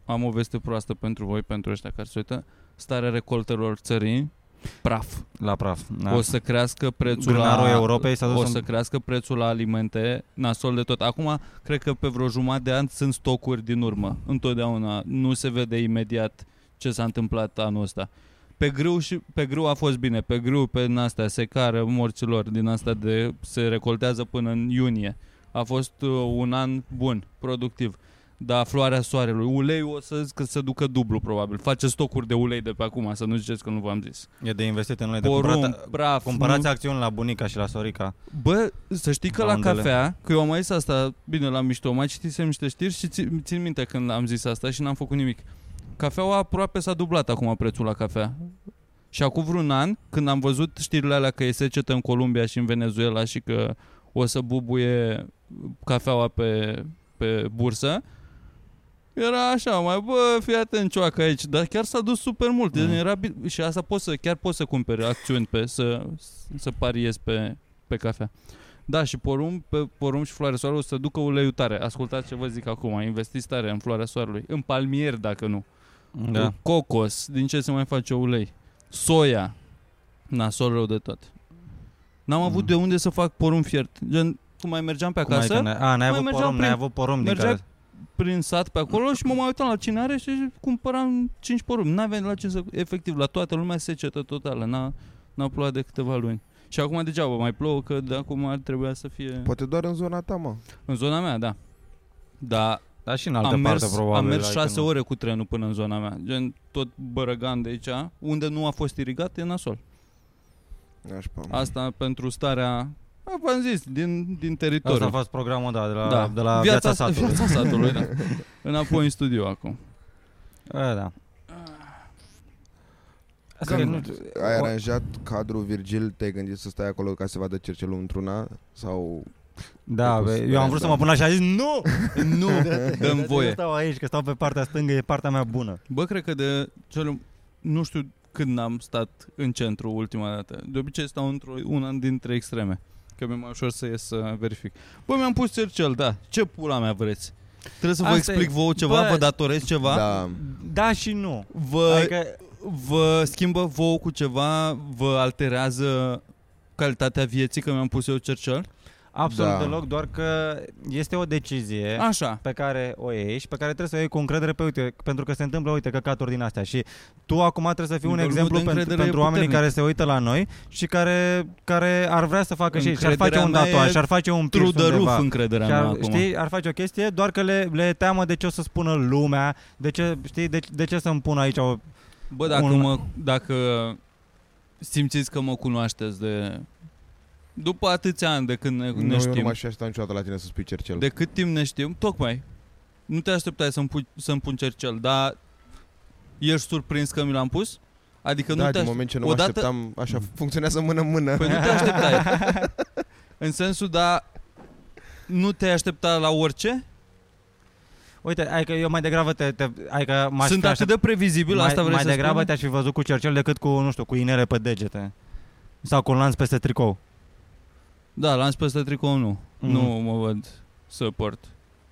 Speaker 2: am o veste proastă pentru voi, pentru ăștia care se uită. Starea recoltelor țării, praf.
Speaker 1: La praf. Da.
Speaker 2: Da. O să crească prețul
Speaker 1: Grânarul
Speaker 2: la...
Speaker 1: Europei s-a dus
Speaker 2: o
Speaker 1: în-
Speaker 2: să crească prețul la alimente, nasol de tot. Acum, cred că pe vreo jumătate de ani sunt stocuri din urmă. Întotdeauna nu se vede imediat ce s-a întâmplat anul ăsta. Pe grâu, și, pe grâu a fost bine, pe grâu, pe din astea, secară morților, din asta de se recoltează până în iunie. A fost uh, un an bun, productiv. Dar floarea soarelui, uleiul o să zic că se ducă dublu probabil. Face stocuri de ulei de pe acum, să nu ziceți că nu v-am zis.
Speaker 1: E de investit în ulei. De
Speaker 2: Porumb,
Speaker 1: cumpărat,
Speaker 2: praf,
Speaker 1: cumpărați acțiuni la bunica și la sorica.
Speaker 2: Bă, să știi că
Speaker 1: La
Speaker 2: la
Speaker 1: undele.
Speaker 2: cafea, că eu am mai zis asta, bine, la mișto, mai citisem niște știri și țin, țin minte când am zis asta și n-am făcut nimic. Cafeaua aproape s-a dublat acum prețul la cafea. Și acum vreun an, când am văzut știrile alea că e secetă în Columbia și în Venezuela și că o să bubuie cafeaua pe, pe bursă, era așa, mai bă, fii atent cioacă aici, dar chiar s-a dus super mult.
Speaker 1: Mm.
Speaker 2: Mm. Era, bi- și asta poți să, chiar poți să cumperi acțiuni pe, să, să pariezi pe, pe cafea. Da, și porumb, pe porumb și floarea soarelui o să ducă uleiul tare. Ascultați ce vă zic acum, investiți tare în floarea soarelui. În palmier, dacă nu.
Speaker 1: Da.
Speaker 2: Cocos, din ce se mai face ulei? Soia. Nasol rău de tot. N-am avut
Speaker 1: Mm.
Speaker 2: de unde să fac porumb fiert. Gen, cum mai mergeam pe
Speaker 1: Cum ai
Speaker 2: acasă,
Speaker 1: că ne- A, n-ai
Speaker 2: Mai
Speaker 1: avut
Speaker 2: mergeam
Speaker 1: porum, n-ai
Speaker 2: prin-
Speaker 1: avut porum din
Speaker 2: mergeam
Speaker 1: care...
Speaker 2: prin sat pe acolo și mă mai uitam la cine are și cumpăram 5 porumbi. N-aveam la ce să... Efectiv, la toată lumea secetă totală. N-a, n-a plouat de câteva luni. Și acum degeaba mai plouă, că de acum ar trebui să fie...
Speaker 3: Poate doar în zona ta, mă.
Speaker 2: În zona mea, da. Da,
Speaker 1: Da, și în Păi- altă
Speaker 2: am mers,
Speaker 1: parte probabil.
Speaker 2: am mers
Speaker 1: adică
Speaker 2: șase
Speaker 1: nu-
Speaker 2: ore cu trenul până în zona mea. Gen, tot bărăgan de aici, unde nu a fost irigat, e nasol.
Speaker 3: Nașpa.
Speaker 2: Asta pentru starea, a, v-am zis, din, din teritoriu.
Speaker 1: Asta a fost programul, da, de la,
Speaker 2: da.
Speaker 1: de la viața,
Speaker 2: sa-
Speaker 1: satului.
Speaker 2: Viața satului, da. Înapoi în studio acum.
Speaker 1: A, da. Asta
Speaker 2: Cam
Speaker 1: e, nu,
Speaker 3: Ai aranjat cadrul Virgil, te-ai gândit să stai acolo ca să vadă cercelul într-una? Sau...
Speaker 1: da, bă, eu am vrut să mă pun așa, a zis, nu, nu,
Speaker 2: Dă-mi voie.
Speaker 1: Eu stau aici, că stau pe partea stângă, e partea mea bună.
Speaker 2: Bă, cred că de cel... Nu știu când am stat în centru ultima dată. De obicei stau într una dintre extreme. Că mi-e mai ușor să ies să verific. Bă, mi-am pus cercel, da. Ce pula mea vreți? Trebuie să vă
Speaker 1: Asta e.
Speaker 2: explic vouă ceva,
Speaker 1: Bă,
Speaker 2: vă datorez ceva,
Speaker 3: Da.
Speaker 1: Da și nu.
Speaker 2: vă,
Speaker 1: Adică,
Speaker 2: vă schimbă vouă cu ceva, vă alterează calitatea vieții că mi-am pus eu cercel.
Speaker 1: absolut
Speaker 3: Da.
Speaker 1: deloc, doar că este o decizie.
Speaker 2: Așa.
Speaker 1: pe care o iei și pe care trebuie să o iei cu încredere pe uite, pentru că se întâmplă, uite, căcaturi din astea și tu acum trebuie să fii un
Speaker 2: Nivelul
Speaker 1: exemplu
Speaker 2: de
Speaker 1: pentru,
Speaker 2: încredere
Speaker 1: pentru
Speaker 2: e
Speaker 1: oamenii
Speaker 2: puternic.
Speaker 1: care se uită la noi și care, care ar vrea să facă și ei, și-ar face
Speaker 2: Încrederea
Speaker 1: un
Speaker 2: mea e
Speaker 1: tatuaj, și-ar face un
Speaker 2: True
Speaker 1: piercing
Speaker 2: the
Speaker 1: undeva.
Speaker 2: roof încrederea
Speaker 1: Și
Speaker 2: mea
Speaker 1: ar,
Speaker 2: acum.
Speaker 1: știi, ar face o chestie, doar că le, le e teamă de ce o să spună lumea, de ce, știi, de, de ce să-mi pun aici o...
Speaker 2: Bă, dacă,
Speaker 1: Un-
Speaker 2: mă, dacă simțiți că mă cunoașteți de... După atâția ani de când ne,
Speaker 3: Nu,
Speaker 2: ne
Speaker 3: eu nu
Speaker 2: știm,
Speaker 3: m-aș aștepta niciodată la tine să spui cercel.
Speaker 2: de cât timp ne știm, tocmai. Nu te așteptai să-mi, pui, să-mi pun cercel, dar ești surprins că mi l-am pus? Adică
Speaker 3: da,
Speaker 2: nu te
Speaker 3: din
Speaker 2: aș...
Speaker 3: moment ce nu mă
Speaker 2: odată-
Speaker 3: așteptam, așa funcționează mână-mână.
Speaker 2: Păi nu te așteptai. În sensul, da, nu te aștepta la orice?
Speaker 1: Uite, hai că eu mai degrabă te... te hai că m-aș
Speaker 2: Sunt
Speaker 1: fi
Speaker 2: atât
Speaker 1: aștept-
Speaker 2: de previzibil,
Speaker 1: mai,
Speaker 2: asta vrei
Speaker 1: Mai
Speaker 2: să
Speaker 1: degrabă
Speaker 2: spun?
Speaker 1: te-aș fi văzut cu cercel decât cu, nu știu, cu inele pe degete. Sau cu un lanț peste tricou.
Speaker 2: Da, l-am spus pe tricou, nu.
Speaker 1: Mhm.
Speaker 2: Mm. Nu mă văd să port.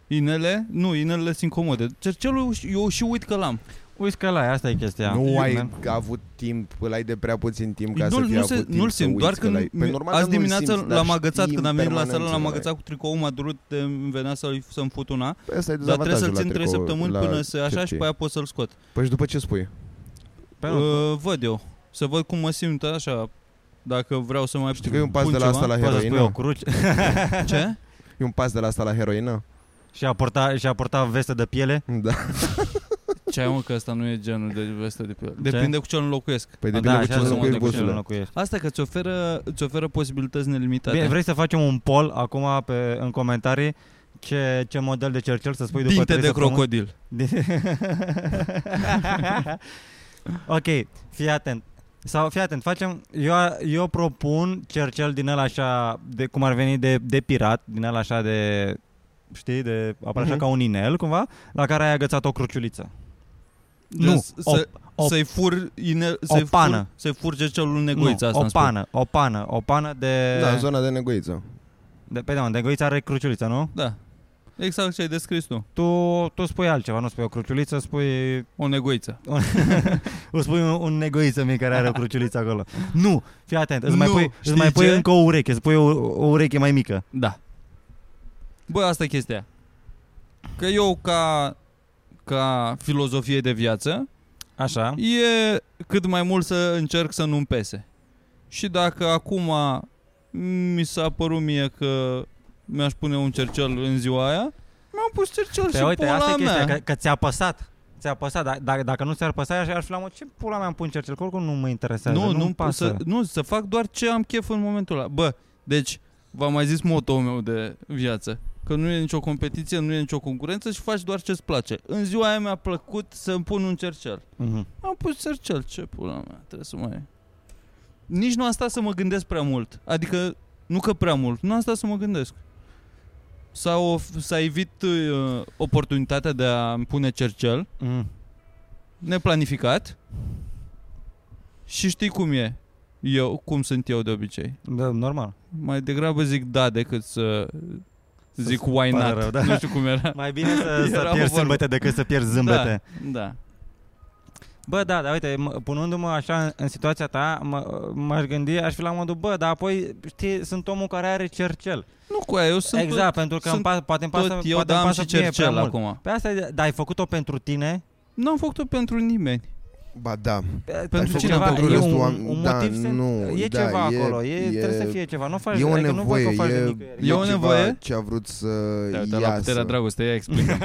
Speaker 2: Inele? Nu, inelele sunt comode. Cercelul și- eu și uit că l-am.
Speaker 1: Uiți că la asta e chestia.
Speaker 3: Nu ai
Speaker 1: Man.
Speaker 3: avut timp, îl ai de prea puțin timp ca
Speaker 2: Nu,
Speaker 3: să fii
Speaker 2: nu
Speaker 3: avut
Speaker 2: se,
Speaker 3: timp
Speaker 2: nu-l
Speaker 3: să
Speaker 2: simt,
Speaker 3: uiți
Speaker 2: doar
Speaker 3: că
Speaker 2: când
Speaker 3: l-ai- Păi
Speaker 2: mi-
Speaker 3: normal că
Speaker 2: azi
Speaker 3: nu-l
Speaker 2: dimineața
Speaker 3: simți, dar
Speaker 2: l-am agățat
Speaker 3: știi
Speaker 2: când am venit la
Speaker 3: permanent
Speaker 2: sală,
Speaker 3: că
Speaker 2: l-am
Speaker 3: l-ai.
Speaker 2: agățat cu tricou, m-a durut, de- îmi venea să-l, să-mi fut una,
Speaker 3: Păi ăsta e
Speaker 2: dar trebuie să-l
Speaker 3: dezavantajul la
Speaker 2: țin 3
Speaker 3: tricou,
Speaker 2: săptămâni
Speaker 3: la
Speaker 2: până se așa și
Speaker 3: cercei.
Speaker 2: pe aia pot să-l scot.
Speaker 3: Păi și după ce spui?
Speaker 1: Pe nu,
Speaker 2: Uh, văd eu, să văd cum mă simt așa, dacă vreau să mai
Speaker 3: Știi că e un pas
Speaker 2: pun
Speaker 3: de la
Speaker 2: ceva.
Speaker 3: asta la
Speaker 1: poți să spui o
Speaker 3: heroină?
Speaker 1: cruce.
Speaker 2: Ce?
Speaker 3: E un pas de la asta la heroină?
Speaker 1: Și a purtat, și a purtat vestă de piele?
Speaker 3: Da.
Speaker 2: Ce ai mă că asta nu e genul de vestă de piele.
Speaker 1: Ce?
Speaker 2: Depinde cu ce locuiesc.
Speaker 3: Păi
Speaker 1: Ah,
Speaker 3: depinde cu
Speaker 1: așa
Speaker 3: cine
Speaker 1: se mă
Speaker 3: locuiești,
Speaker 1: duc și eu
Speaker 3: bosule.
Speaker 1: locuiesc.
Speaker 2: Asta că îți oferă, îți oferă posibilități nelimitate.
Speaker 1: Bine, vrei să facem un poll acum pe, în comentarii ce, ce model de cercel să spui după
Speaker 2: Dinte
Speaker 1: trei
Speaker 2: de
Speaker 1: săptămâni?
Speaker 2: crocodil.
Speaker 1: Din- ok, fii atent. Sau fii atent, facem, eu, eu propun cercel din el așa, de, cum ar veni de, de pirat, din el așa de, știi, de, apare așa
Speaker 3: Mhm.
Speaker 1: ca un inel cumva, la care ai agățat o cruciuliță. Nu,
Speaker 2: Gen,
Speaker 1: o-
Speaker 2: să,
Speaker 1: o-
Speaker 2: să-i fur, ine, să-i
Speaker 1: pană.
Speaker 2: Fur, să-i furge celul negoiță
Speaker 1: nu,
Speaker 2: asta
Speaker 1: o
Speaker 2: îmi spui.
Speaker 1: pană, o pană, o pană de...
Speaker 3: Da, în zona de negoiță.
Speaker 1: de pe de, de găiță are cruciuliță, nu?
Speaker 2: Da. Exact ce ai descris tu.
Speaker 1: Tu, tu spui altceva, nu spui o cruciuliță, spui
Speaker 2: O negoiță.
Speaker 1: Un, îți pui un, un negoiță mic care are o cruciuliță acolo. Nu, fii atent, îți mai
Speaker 2: Nu,
Speaker 1: pui, îți
Speaker 2: știi
Speaker 1: mai pui
Speaker 2: ce?
Speaker 1: încă o ureche, îți pui o, o ureche mai mică.
Speaker 2: Da. Bă, asta e chestia. Că eu ca, ca filozofie de viață
Speaker 1: Așa.
Speaker 2: e cât mai mult să încerc să nu-mi pese. Și dacă acum mi s-a părut mie că mi-aș pune un cercel în ziua aia, mi-am pus cercel
Speaker 1: Pe
Speaker 2: și
Speaker 1: Păi uite,
Speaker 2: pula
Speaker 1: asta e
Speaker 2: mea.
Speaker 1: chestia, că, că ți-a păsat. Ți-a păsat, dar dacă, dacă nu ți-ar păsa, aș, aș fi la mod, ce pula mea îmi pun cercel, că oricum nu mă interesează, nu, nu-mi pasă.
Speaker 2: Să, nu, să fac doar ce am chef în momentul ăla. Bă, deci, v-am mai zis motoul meu de viață. Că nu e nicio competiție, nu e nicio concurență și faci doar ce-ți place. În ziua aia mi-a plăcut să-mi pun un cercel.
Speaker 1: Mhm.
Speaker 2: Am pus cercel, ce pula mea, trebuie să mai... Nici nu am stat să mă gândesc prea mult. Adică, nu că prea mult, nu am stat să mă gândesc. Sau să evit uh, oportunitatea de a-mi pune cercel
Speaker 1: Mhm.
Speaker 2: neplanificat și știi cum e eu, cum sunt eu de obicei.
Speaker 1: Da, normal.
Speaker 2: Mai degrabă zic da decât să zic
Speaker 1: să-ți
Speaker 2: why
Speaker 1: pară
Speaker 2: not.
Speaker 1: rău, da.
Speaker 2: Nu știu cum era.
Speaker 1: Mai bine să, să
Speaker 2: Era o
Speaker 1: pierzi
Speaker 2: vorbă.
Speaker 1: sâmbete decât să pierzi zâmbete.
Speaker 2: Da.
Speaker 1: Bă, da, dar uite, mă- punându-mă așa în, în situația ta, mă, m-aș gândi, aș fi la modul, bă, dar apoi, știi, sunt omul care are cercel.
Speaker 2: Nu cu aia, eu sunt
Speaker 1: exact, pentru că
Speaker 2: sunt
Speaker 1: îmi pas, poate îmi
Speaker 2: tot,
Speaker 1: pasă,
Speaker 2: tot eu,
Speaker 1: poate
Speaker 2: dar
Speaker 1: îmi
Speaker 2: am
Speaker 1: pasă
Speaker 2: și
Speaker 1: mie prea
Speaker 2: cercel
Speaker 1: mult.
Speaker 2: acum.
Speaker 1: Pe asta, e- dar ai făcut-o pentru tine?
Speaker 2: Nu am făcut-o pentru nimeni.
Speaker 3: Ba da.
Speaker 1: Pe-
Speaker 2: Pentru cine
Speaker 1: cineva?
Speaker 2: am făcut
Speaker 1: E
Speaker 3: restul
Speaker 1: un,
Speaker 3: oameni?
Speaker 1: un
Speaker 3: Da,
Speaker 1: motiv se-
Speaker 3: nu,
Speaker 1: E
Speaker 3: da,
Speaker 1: ceva
Speaker 3: e-
Speaker 1: acolo, e,
Speaker 3: e-
Speaker 1: trebuie să fie ceva. Nu faci,
Speaker 3: E o
Speaker 1: adică nu văd
Speaker 3: nevoie,
Speaker 1: că o faci de
Speaker 3: e,
Speaker 1: nicăieri.
Speaker 2: E
Speaker 3: e
Speaker 2: o nevoie?
Speaker 3: ceva ce a vrut să
Speaker 2: Da,
Speaker 3: iasă.
Speaker 2: dar la puterea dragostei, ia explică.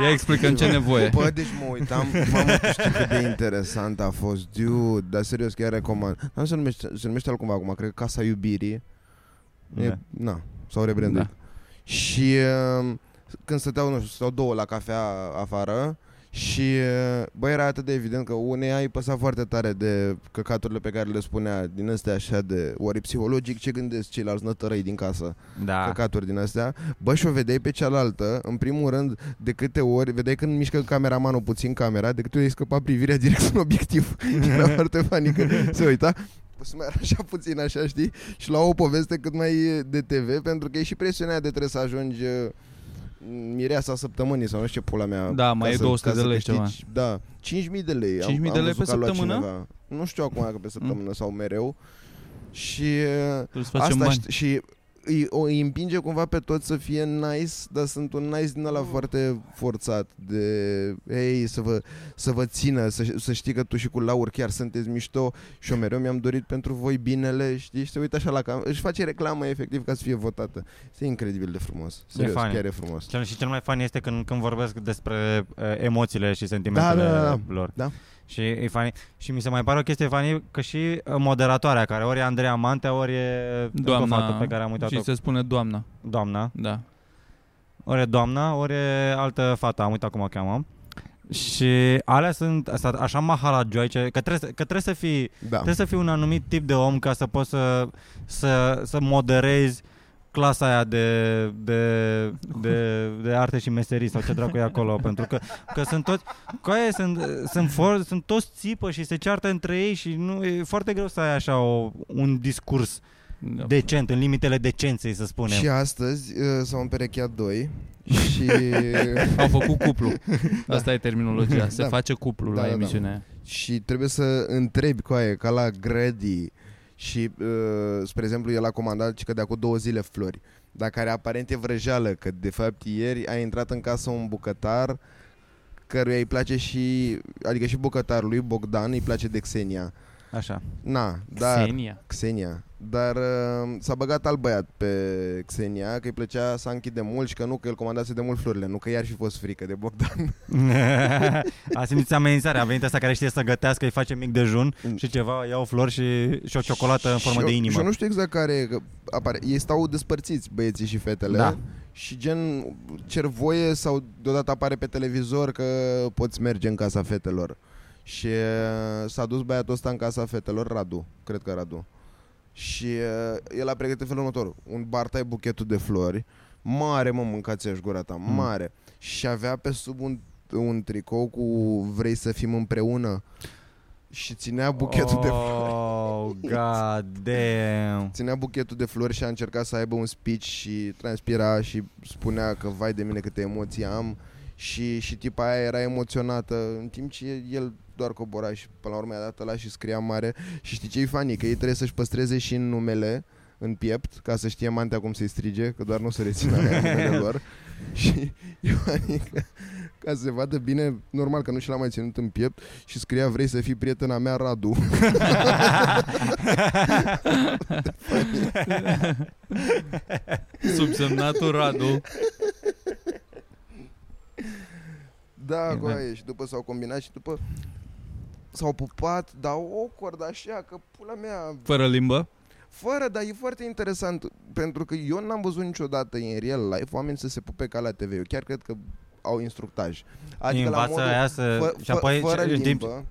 Speaker 2: Ia explică ce nevoie.
Speaker 3: Bă, deci mă uitam, mamă, tu știi cât de interesant a fost, dude, dar serios, chiar recomand. Am se numește, se numește altcumva acum, cred că Casa Iubirii. Da. E,
Speaker 1: Da.
Speaker 3: na, s-au rebranduit.
Speaker 2: Da.
Speaker 3: Da. Și uh, când stăteau, nu știu, stăteau două la cafea afară și, uh, bă, era atât de evident că uneia îi păsa foarte tare de căcaturile pe care le spunea din astea așa de, ori psihologic, ce gândesc ceilalți nătărăi din casă
Speaker 1: Da.
Speaker 3: căcaturi din astea. Bă, și o vedeai pe cealaltă, în primul rând, de câte ori, vedeai când mișcă cameramanul puțin camera, de câte ori îi scăpa privirea direct în obiectiv. Era foarte funny că se uita. Să mai era așa puțin așa, știi? Și la o poveste cât mai de TV, pentru că e și presiunea de trebuie să ajungi uh, mireasa săptămânii sau nu știu ce pula mea.
Speaker 2: Da, mai
Speaker 3: ca
Speaker 2: e
Speaker 3: să-
Speaker 2: 200
Speaker 3: ca
Speaker 2: de
Speaker 3: să
Speaker 2: lei
Speaker 3: câștigi. Da, 5.000 de lei. Am-
Speaker 2: 5.000 de
Speaker 3: am
Speaker 2: lei
Speaker 3: văzut
Speaker 2: pe
Speaker 3: că a luat
Speaker 2: săptămână? Mm.
Speaker 3: cineva. Nu știu acum dacă pe săptămână sau mereu. Și uh,
Speaker 2: Tu să facem
Speaker 3: Asta
Speaker 2: bani.
Speaker 3: ști- și îi, o îi împinge cumva pe toți să fie nice, dar sunt un nice din ăla foarte forțat de ei să vă, să vă țină, să, să știi că tu și cu Laur chiar sunteți mișto și eu mereu mi-am dorit pentru voi binele, știi, și se uită așa la cam, își face reclamă efectiv ca să fie votată. Este incredibil de frumos. Serios,
Speaker 1: fain.
Speaker 3: chiar e frumos.
Speaker 1: Da. Cel, și cel mai fan este când, când vorbesc despre uh, emoțiile și sentimentele
Speaker 3: Da, da, da, da.
Speaker 1: lor.
Speaker 3: Da.
Speaker 1: Și, e funny. și mi se mai pare o chestie funny că și uh, moderatoarea, care ori e Andreea Mantea, ori e încă o
Speaker 2: Doamna.
Speaker 1: fată pe care am uitat-o,
Speaker 2: Și se spune doamna.
Speaker 1: doamna,
Speaker 2: Da.
Speaker 1: ori e doamna, ori e altă fată, am uitat cum o cheamă. Și alea sunt asta, așa mahalagioice, că trebuie, să- că trebuie să fii
Speaker 3: Da.
Speaker 1: Trebuie să fii un anumit tip de om ca să poți să, să, să moderezi clasa aia de, de, de, de arte și meserii sau ce dracu e acolo, pentru că, că sunt toți, că aia sunt, sunt, for, sunt toți țipă și se ceartă între ei și nu, e foarte greu să ai așa o, un discurs
Speaker 2: Da.
Speaker 1: decent, în limitele decenței, să spunem.
Speaker 3: Și astăzi uh, s-au împerecheat doi și...
Speaker 2: Au făcut cuplu. Asta e terminologia. Se
Speaker 3: Da.
Speaker 2: face cuplu
Speaker 3: Da,
Speaker 2: la
Speaker 3: da, da.
Speaker 2: emisiunea aia.
Speaker 3: Și trebuie să întrebi cu aia, ca la Grady și, uh, spre exemplu, el a comandat și că de acum două zile flori, dar care aparent e vrăjeală, că de fapt ieri a intrat în casă un bucătar căruia îi place și, adică și bucătarului Bogdan îi place de Xenia.
Speaker 1: Așa.
Speaker 3: Na, dar
Speaker 2: Xenia.
Speaker 3: Xenia. Dar uh, s-a băgat alt băiat pe Xenia Că îi plăcea să închide mult Și că nu, că el comandase de mult florile Nu, că i-ar fi fost frică de Bogdan
Speaker 1: a simțit amenințarea, a venit asta care știe să gătească, îi face mic dejun și ceva, iau flori și, și o ciocolată în
Speaker 3: Și
Speaker 1: formă
Speaker 3: eu-
Speaker 1: de
Speaker 3: Și eu
Speaker 1: inimă.
Speaker 3: nu știu exact care e, că apare. Ei stau despărțiți băieții și fetele
Speaker 1: Da.
Speaker 3: Și gen cer voie Sau deodată apare pe televizor Că poți merge în casa fetelor Și uh, s-a dus băiatul ăsta în casa fetelor Radu, cred că Radu Și uh, el a pregătit felul următor Un bartai buchetul de flori Mare mă, mâncați aș gura ta,
Speaker 1: Mm.
Speaker 3: mare Și avea pe sub un, un tricou cu Vrei să fim împreună Și ținea buchetul de
Speaker 1: Oh, god damn.
Speaker 3: ținea buchetul de flori și a încercat să aibă un speech și transpira și spunea că vai de mine câte emoții am și, și tipa aia era emoționată în timp ce el doar cobora și până la urmă i-a dat la și scria mare și știi ce-i funny? Că ei trebuie să-și păstreze și numele în piept ca să știe mantea cum să-i strige, că doar nu se rețină alea numele lor și e funny că, ca să se vadă bine, normal că nu și l-a mai ținut în piept și scria vrei să fii prietena mea Radu
Speaker 2: Subsemnatul Radu.
Speaker 3: Da,
Speaker 1: E,
Speaker 3: cu
Speaker 1: da.
Speaker 3: aia și după s-au combinat și după s-au pupat, dar o cordă așa, că pula mea,
Speaker 2: Fără limbă.
Speaker 3: fără, dar e foarte interesant, pentru că eu n-am văzut niciodată în real life oameni să se pupe ca la TV, eu chiar cred că au instructaj.
Speaker 1: Îi
Speaker 3: Adică la
Speaker 1: învață
Speaker 3: modul,
Speaker 1: aia să...
Speaker 3: fă,
Speaker 1: și apoi,
Speaker 3: fără
Speaker 1: și- în timp-
Speaker 3: limbă,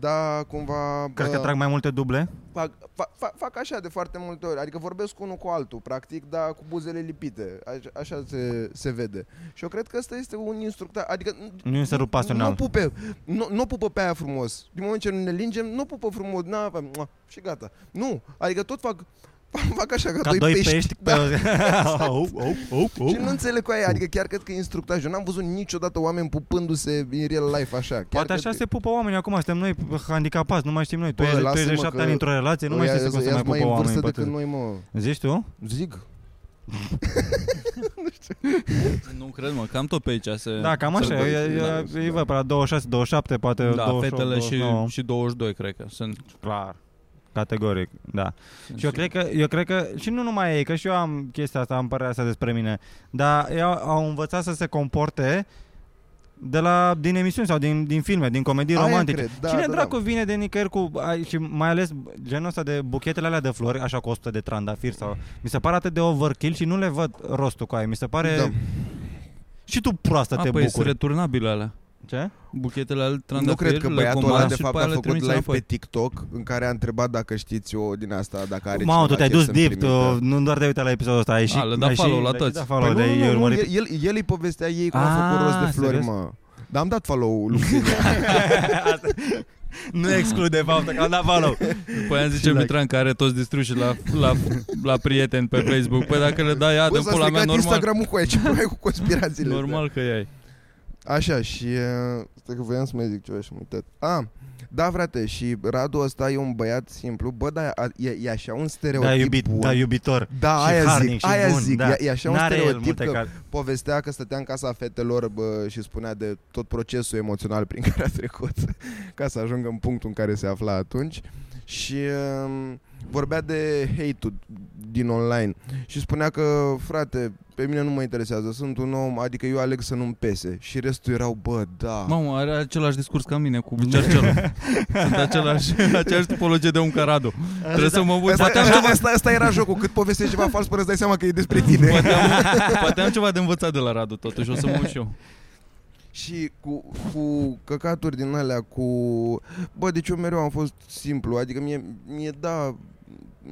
Speaker 3: da, cumva
Speaker 1: Cred că
Speaker 3: bă,
Speaker 1: trag mai multe duble.
Speaker 3: fac, fac, fac, fac așa de foarte multe ori Adică vorbesc unul cu altul, practic Dar cu buzele lipite Așa, așa se, se vede Și eu cred că ăsta este un instructaj Adică
Speaker 1: Nu e un sărut
Speaker 3: nu
Speaker 1: pasional.
Speaker 3: pupe, nu, nu pupă pe aia frumos. Din moment ce nu ne lingem, nu pupă frumos. Na, fa- mua, și gata. Nu, adică tot fac fac așa ca,
Speaker 1: Ca doi pești, pe...
Speaker 3: da.
Speaker 1: Op, op, op, op.
Speaker 3: Și nu înțeleg cu aia, adică chiar cred că e instructaj. Eu n-am văzut niciodată oameni pupându-se în real life așa. Chiar
Speaker 1: Poate
Speaker 3: cred
Speaker 1: așa
Speaker 3: că-
Speaker 1: se pupă oamenii acum, suntem noi handicapați, nu mai știm noi. Tu
Speaker 3: Bă,
Speaker 1: ești de
Speaker 3: lasă-mă
Speaker 1: 37
Speaker 3: că-
Speaker 1: ani într-o relație, nu mai
Speaker 3: Ăia-
Speaker 1: știi cum să
Speaker 3: ăia-s
Speaker 1: mai pupă
Speaker 3: în vârstă
Speaker 1: oamenii.
Speaker 3: decât
Speaker 1: pe-
Speaker 3: noi, mă.
Speaker 1: Zici tu?
Speaker 3: Zic.
Speaker 2: Nu cred, mă, cam tot pe aici se...
Speaker 1: Da, cam
Speaker 2: se-
Speaker 1: așa,
Speaker 3: dă-
Speaker 1: e-
Speaker 3: da,
Speaker 1: e-
Speaker 3: da.
Speaker 1: e vă, pe la 26, 27, poate
Speaker 2: da,
Speaker 1: 28,
Speaker 2: fetele și,
Speaker 1: 29.
Speaker 2: și 22, cred că sunt.
Speaker 1: Clar. Categoric, da.
Speaker 2: sunt
Speaker 1: Și eu cred că, eu cred că, și nu numai ei, că și eu am chestia asta, am părerea asta despre mine, dar ei au, au învățat să se comporte de la, din emisiuni sau din, din filme, din comedii
Speaker 3: Aia
Speaker 1: romantice.
Speaker 3: cred, da,
Speaker 1: Cine
Speaker 3: da,
Speaker 1: dracu
Speaker 3: da.
Speaker 1: vine de nicăieri cu, ai- și mai ales genul ăsta de buchetele alea de flori, așa cu 100 de trandafiri sau... Mi se pare atât de overkill și nu le văd rostul cu aia. Mi se pare...
Speaker 3: Da.
Speaker 1: Și tu proastă
Speaker 2: A,
Speaker 1: te
Speaker 2: păi sunt
Speaker 1: bucuri.
Speaker 2: returnabile alea.
Speaker 1: Ce?
Speaker 2: Buchetele alea
Speaker 3: Nu
Speaker 2: trandafiri,
Speaker 3: cred că
Speaker 2: le
Speaker 3: băiatul
Speaker 2: comanzi
Speaker 3: ăla de
Speaker 2: și
Speaker 3: fapt
Speaker 2: după aia
Speaker 3: a
Speaker 2: le
Speaker 3: făcut
Speaker 2: trimiți
Speaker 3: live
Speaker 2: înapoi.
Speaker 3: pe TikTok în care a întrebat dacă știți o din asta, dacă are
Speaker 1: Mamă, tu
Speaker 3: cineva
Speaker 1: te-ai
Speaker 3: chef
Speaker 1: dus
Speaker 3: să-mi
Speaker 1: deep,
Speaker 3: trimită.
Speaker 1: tu, nu doar te-ai uitat la episodul ăsta, ai și...
Speaker 2: A, le-a dat
Speaker 1: ai și-
Speaker 2: follow la
Speaker 1: le-ai și
Speaker 2: toți.
Speaker 1: dat follow,
Speaker 3: Păi
Speaker 1: le-ai
Speaker 3: nu, nu, nu,
Speaker 1: urmărit
Speaker 3: el, el, el îi povestea ei cum a
Speaker 1: Ah,
Speaker 3: făcut rost de flori,
Speaker 1: serios?
Speaker 3: mă. Dar am dat follow lui Xenia.
Speaker 1: Asta nu exclude faptul că am dat follow.
Speaker 2: Păi aia zice
Speaker 1: Și la-
Speaker 2: Mitran că are toți distruși la, la, la prieteni pe Facebook. Păi dacă le dai
Speaker 3: Bă,
Speaker 2: adă
Speaker 3: s-a
Speaker 2: pula mea,
Speaker 3: stricat
Speaker 2: normal,
Speaker 3: Instagram-ul cu aia, ce mai cu conspirațiile astea?
Speaker 2: normal că ai.
Speaker 3: Așa, și... uh, Stai că voiam să mai zic ceva și am uitat. A, da, frate, și Radu ăsta e un băiat simplu. Bă, da, e, e așa un stereotip
Speaker 1: Da, iubit,
Speaker 3: bun.
Speaker 1: da, iubitor.
Speaker 3: da,
Speaker 1: și
Speaker 3: aia
Speaker 1: harnic
Speaker 3: zic,
Speaker 1: și
Speaker 3: aia
Speaker 1: bun,
Speaker 3: zic,
Speaker 1: da.
Speaker 3: e, e așa un
Speaker 1: N-are el
Speaker 3: stereotip
Speaker 1: multe
Speaker 3: că
Speaker 1: cal-
Speaker 3: povestea că stătea în casa fetelor bă, și spunea de tot procesul emoțional prin care a trecut ca să ajungă în punctul în care se afla atunci și um, vorbea de hate-ul din online și spunea că, frate, pe mine nu mă interesează, sunt un om, adică eu aleg să nu-mi pese și restul erau, bă, da.
Speaker 2: Mamă, are același discurs ca mine cu Cercelu. Sunt același, aceeași tipologie de om ca Radu. Trebuie să mă uit.
Speaker 3: Asta,
Speaker 2: Poate am
Speaker 3: asta,
Speaker 2: ceva,
Speaker 3: asta, asta era jocul, cât povestești ceva fals până îți dai seama că e despre tine.
Speaker 2: poate am, poate am ceva de învățat de la Radu totuși, o să mă uit și eu.
Speaker 3: Și cu, cu căcaturi din alea cu... Bă, deci eu mereu am fost simplu Adică mie, mie da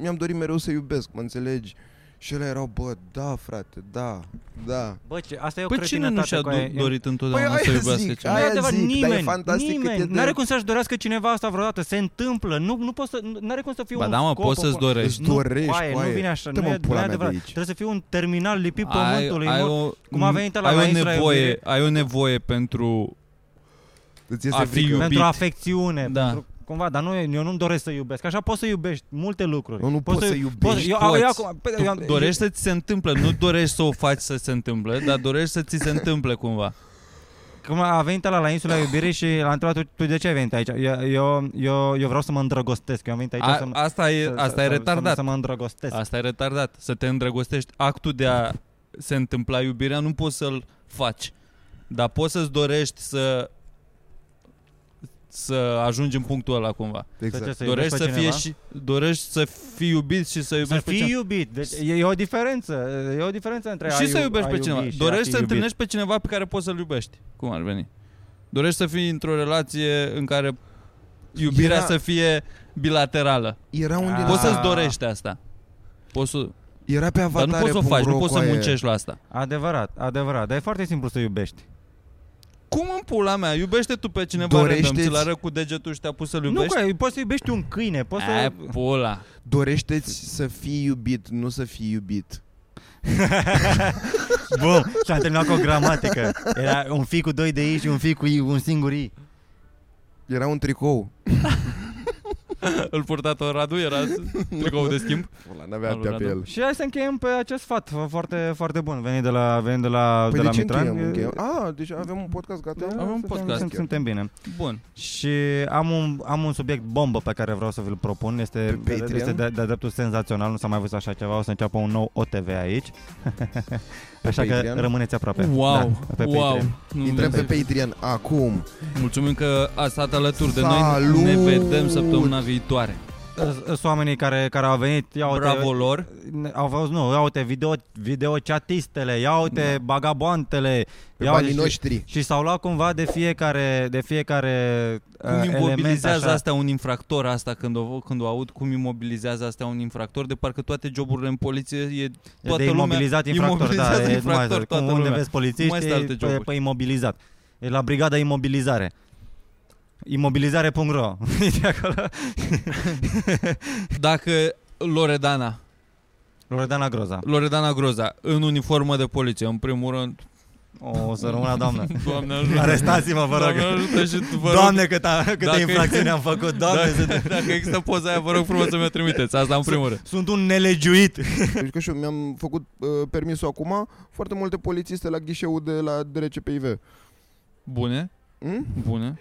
Speaker 3: Mi-am dorit mereu să iubesc, mă înțelegi? Și ele erau, bă, da, frate, da, da
Speaker 1: Bă, ce, asta e o
Speaker 2: Păi cine nu
Speaker 1: cretinătate
Speaker 2: și-a
Speaker 1: cu aia.
Speaker 2: do- dorit
Speaker 3: Păi
Speaker 2: întotdeauna să
Speaker 3: aia
Speaker 2: iubească
Speaker 3: zic,
Speaker 2: cineva?
Speaker 1: Nu e
Speaker 3: aia
Speaker 1: adevărat,
Speaker 3: zic Dar e
Speaker 1: nimeni,
Speaker 3: fantastic cât e
Speaker 1: nimeni.
Speaker 3: de...
Speaker 1: N-are cum să-și dorească cineva asta vreodată, se întâmplă, nu, nu poți să, n-are cum să fie
Speaker 2: Ba
Speaker 1: un
Speaker 2: da, mă,
Speaker 1: scop
Speaker 2: poți să-ți
Speaker 1: acolo.
Speaker 2: dorești.
Speaker 3: Îți dorești,
Speaker 1: nu, coaie,
Speaker 3: coaie.
Speaker 1: nu vine așa,
Speaker 3: Dă-mă
Speaker 1: nu e, nu
Speaker 3: pula
Speaker 1: e
Speaker 3: mea de
Speaker 1: adevărat.
Speaker 3: aici.
Speaker 1: Trebuie să fii un terminal lipit
Speaker 2: Ai-
Speaker 1: pământului.
Speaker 2: ai,
Speaker 1: mă.
Speaker 2: o,
Speaker 1: Cum a venit ăla
Speaker 2: ai
Speaker 1: la
Speaker 2: o
Speaker 1: Israel,
Speaker 2: nevoie,
Speaker 1: bine.
Speaker 2: ai o nevoie pentru
Speaker 3: Îți
Speaker 2: A
Speaker 3: iese
Speaker 2: fi
Speaker 3: frică
Speaker 2: iubit.
Speaker 1: Pentru afecțiune,
Speaker 2: Da.
Speaker 1: pentru, cumva, dar nu, eu nu-mi doresc să iubesc. Așa poți să iubești multe lucruri.
Speaker 3: Eu nu pot să iubești,
Speaker 1: eu, eu, eu,
Speaker 2: poți.
Speaker 1: acum, pe-
Speaker 2: Tu
Speaker 1: eu,
Speaker 2: dorești să ți se întâmple, nu dorești să o faci să se întâmple, dar dorești să ți se întâmple cumva.
Speaker 1: Cum a venit ăla la insula iubirii și l-a întrebat tu, tu de ce ai venit aici? Eu, eu, eu, eu vreau să mă îndrăgostesc. Eu am venit aici
Speaker 2: A,
Speaker 1: să, mă-
Speaker 2: asta e,
Speaker 1: să,
Speaker 2: asta e
Speaker 1: să, Să,
Speaker 2: retardat.
Speaker 1: să mă îndrăgostesc.
Speaker 2: Asta e retardat. Să te îndrăgostești. Actul de a se întâmpla iubirea nu poți să-l faci. Dar poți să-ți dorești să să ajungi în punctul ăla cumva.
Speaker 1: ce,
Speaker 3: Exact.
Speaker 1: să
Speaker 2: dorești
Speaker 1: iubești pe
Speaker 2: să fie
Speaker 1: cineva?
Speaker 2: și dorești să fii iubit și să
Speaker 1: Să
Speaker 2: iubești pe
Speaker 1: fii
Speaker 2: cineva.
Speaker 1: iubit. Deci e, e o diferență. E o diferență între a
Speaker 2: Și să
Speaker 1: iu-
Speaker 2: iubești
Speaker 1: a
Speaker 2: pe cineva.
Speaker 1: iubi și a fi
Speaker 2: Dorești să
Speaker 1: iubit.
Speaker 2: întâlnești pe cineva pe care poți să-l iubești. Cum ar veni? Dorești să fii într-o relație în care iubirea
Speaker 3: Era-
Speaker 2: să fie bilaterală.
Speaker 3: Era un din
Speaker 1: Ah.
Speaker 2: Poți să-ți
Speaker 3: ăsta-
Speaker 2: dorești asta. Poți să,
Speaker 3: Era pe
Speaker 2: dar
Speaker 3: avatare.
Speaker 2: nu poți să o faci, nu poți să muncești la asta.
Speaker 1: Adevărat, adevărat. Dar e foarte simplu să iubești.
Speaker 2: Cum în pula mea? Iubește tu pe cineva
Speaker 3: Dorește-ți-
Speaker 2: random, ți l arăt cu degetul și te-a pus să-l iubești?
Speaker 1: Nu, că poți să iubești un câine. Poți să...
Speaker 2: Ai, pula.
Speaker 3: Dorește-ți să fii iubit, nu să fii iubit.
Speaker 1: Bun, și am terminat cu o gramatică. Era un fi cu doi de i și un fi cu i, un singur i.
Speaker 3: Era un tricou.
Speaker 2: Îl purta tot Radu, era tricou de schimb.
Speaker 3: Ăla n-avea
Speaker 2: Al lui
Speaker 3: aptea pe
Speaker 2: Radu.
Speaker 3: el.
Speaker 1: Și hai să încheiem pe acest sfat foarte, foarte bun. Venit de la, venit de la,
Speaker 3: Păi
Speaker 1: de
Speaker 3: de,
Speaker 1: la
Speaker 3: ce
Speaker 1: Mitran.
Speaker 3: încheiem? Încheiem? Ah, deci avem un podcast gata?
Speaker 1: Da,
Speaker 2: Avem un
Speaker 1: suntem-
Speaker 2: podcast.
Speaker 1: sunt- Suntem bine.
Speaker 2: Bun.
Speaker 1: Și am un, am un subiect bombă pe care vreau să vi-l propun. Este,
Speaker 3: Pe Patreon?
Speaker 1: este de, de dreptul senzațional, nu s-a mai văzut așa ceva. O să înceapă un nou OTV aici. așa că
Speaker 3: Patreon?
Speaker 1: rămâneți aproape.
Speaker 2: Wow,
Speaker 1: Da, pe
Speaker 2: wow.
Speaker 1: Patreon.
Speaker 2: Nu
Speaker 3: Intrăm pe
Speaker 2: vedem.
Speaker 3: Patreon acum.
Speaker 2: Mulțumim că ați stat alături de
Speaker 3: Salut!
Speaker 2: noi. Ne vedem săptămâna viitoare.
Speaker 1: Sunt oamenii care, care au venit, iau
Speaker 2: Bravo lor.
Speaker 1: Ne- Au văzut, nu, ia uite video, videochatistele, ia uite da. bagaboantele,
Speaker 3: Pe
Speaker 1: ia uite
Speaker 3: banii
Speaker 1: și,
Speaker 3: noștri.
Speaker 1: și s-au luat cumva de fiecare, de fiecare
Speaker 2: Cum
Speaker 1: uh, element
Speaker 2: imobilizează
Speaker 1: așa.
Speaker 2: asta un infractor asta când o, când o aud? Cum imobilizează asta un infractor? De parcă toate joburile în poliție e toată
Speaker 1: de imobilizat
Speaker 2: lumea,
Speaker 1: infractor,
Speaker 2: imobilizează
Speaker 1: da, e,
Speaker 2: infractor
Speaker 1: numai,
Speaker 2: toată
Speaker 1: cum unde
Speaker 2: lumea.
Speaker 1: vezi
Speaker 2: Nu mai
Speaker 1: polițiști,
Speaker 2: sunt alte
Speaker 1: e pe,
Speaker 2: joburi.
Speaker 1: pe imobilizat. E la brigada imobilizare. Imobilizare.ro E de acolo.
Speaker 2: Dacă Loredana
Speaker 1: Loredana Groza.
Speaker 2: Loredana Groza, în uniformă de poliție, în primul rând.
Speaker 1: O, să rămână, doamnă.
Speaker 2: Doamne ajută.
Speaker 1: Arestați-mă, vă
Speaker 2: Doamne
Speaker 1: rog.
Speaker 2: ajută și tu, vă rog.
Speaker 1: Doamne, câte, câte
Speaker 2: Dacă-
Speaker 1: infracțiuni am făcut, doamne. să te-
Speaker 2: Dacă, dacă există poza aia, vă rog frumos să mi-o trimiteți. Asta în primul rând.
Speaker 1: Sunt un nelegiuit.
Speaker 3: Deci că și eu mi-am făcut uh, permisul acum, foarte multe polițiste la ghișeul de la DRCPIV.
Speaker 2: Bune,
Speaker 3: Hm?
Speaker 2: bune.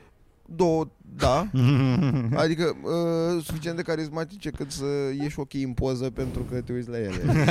Speaker 3: Două, da. Adică uh, suficient de carismatice cât să ieși ochii în poză pentru că te uiți la ele.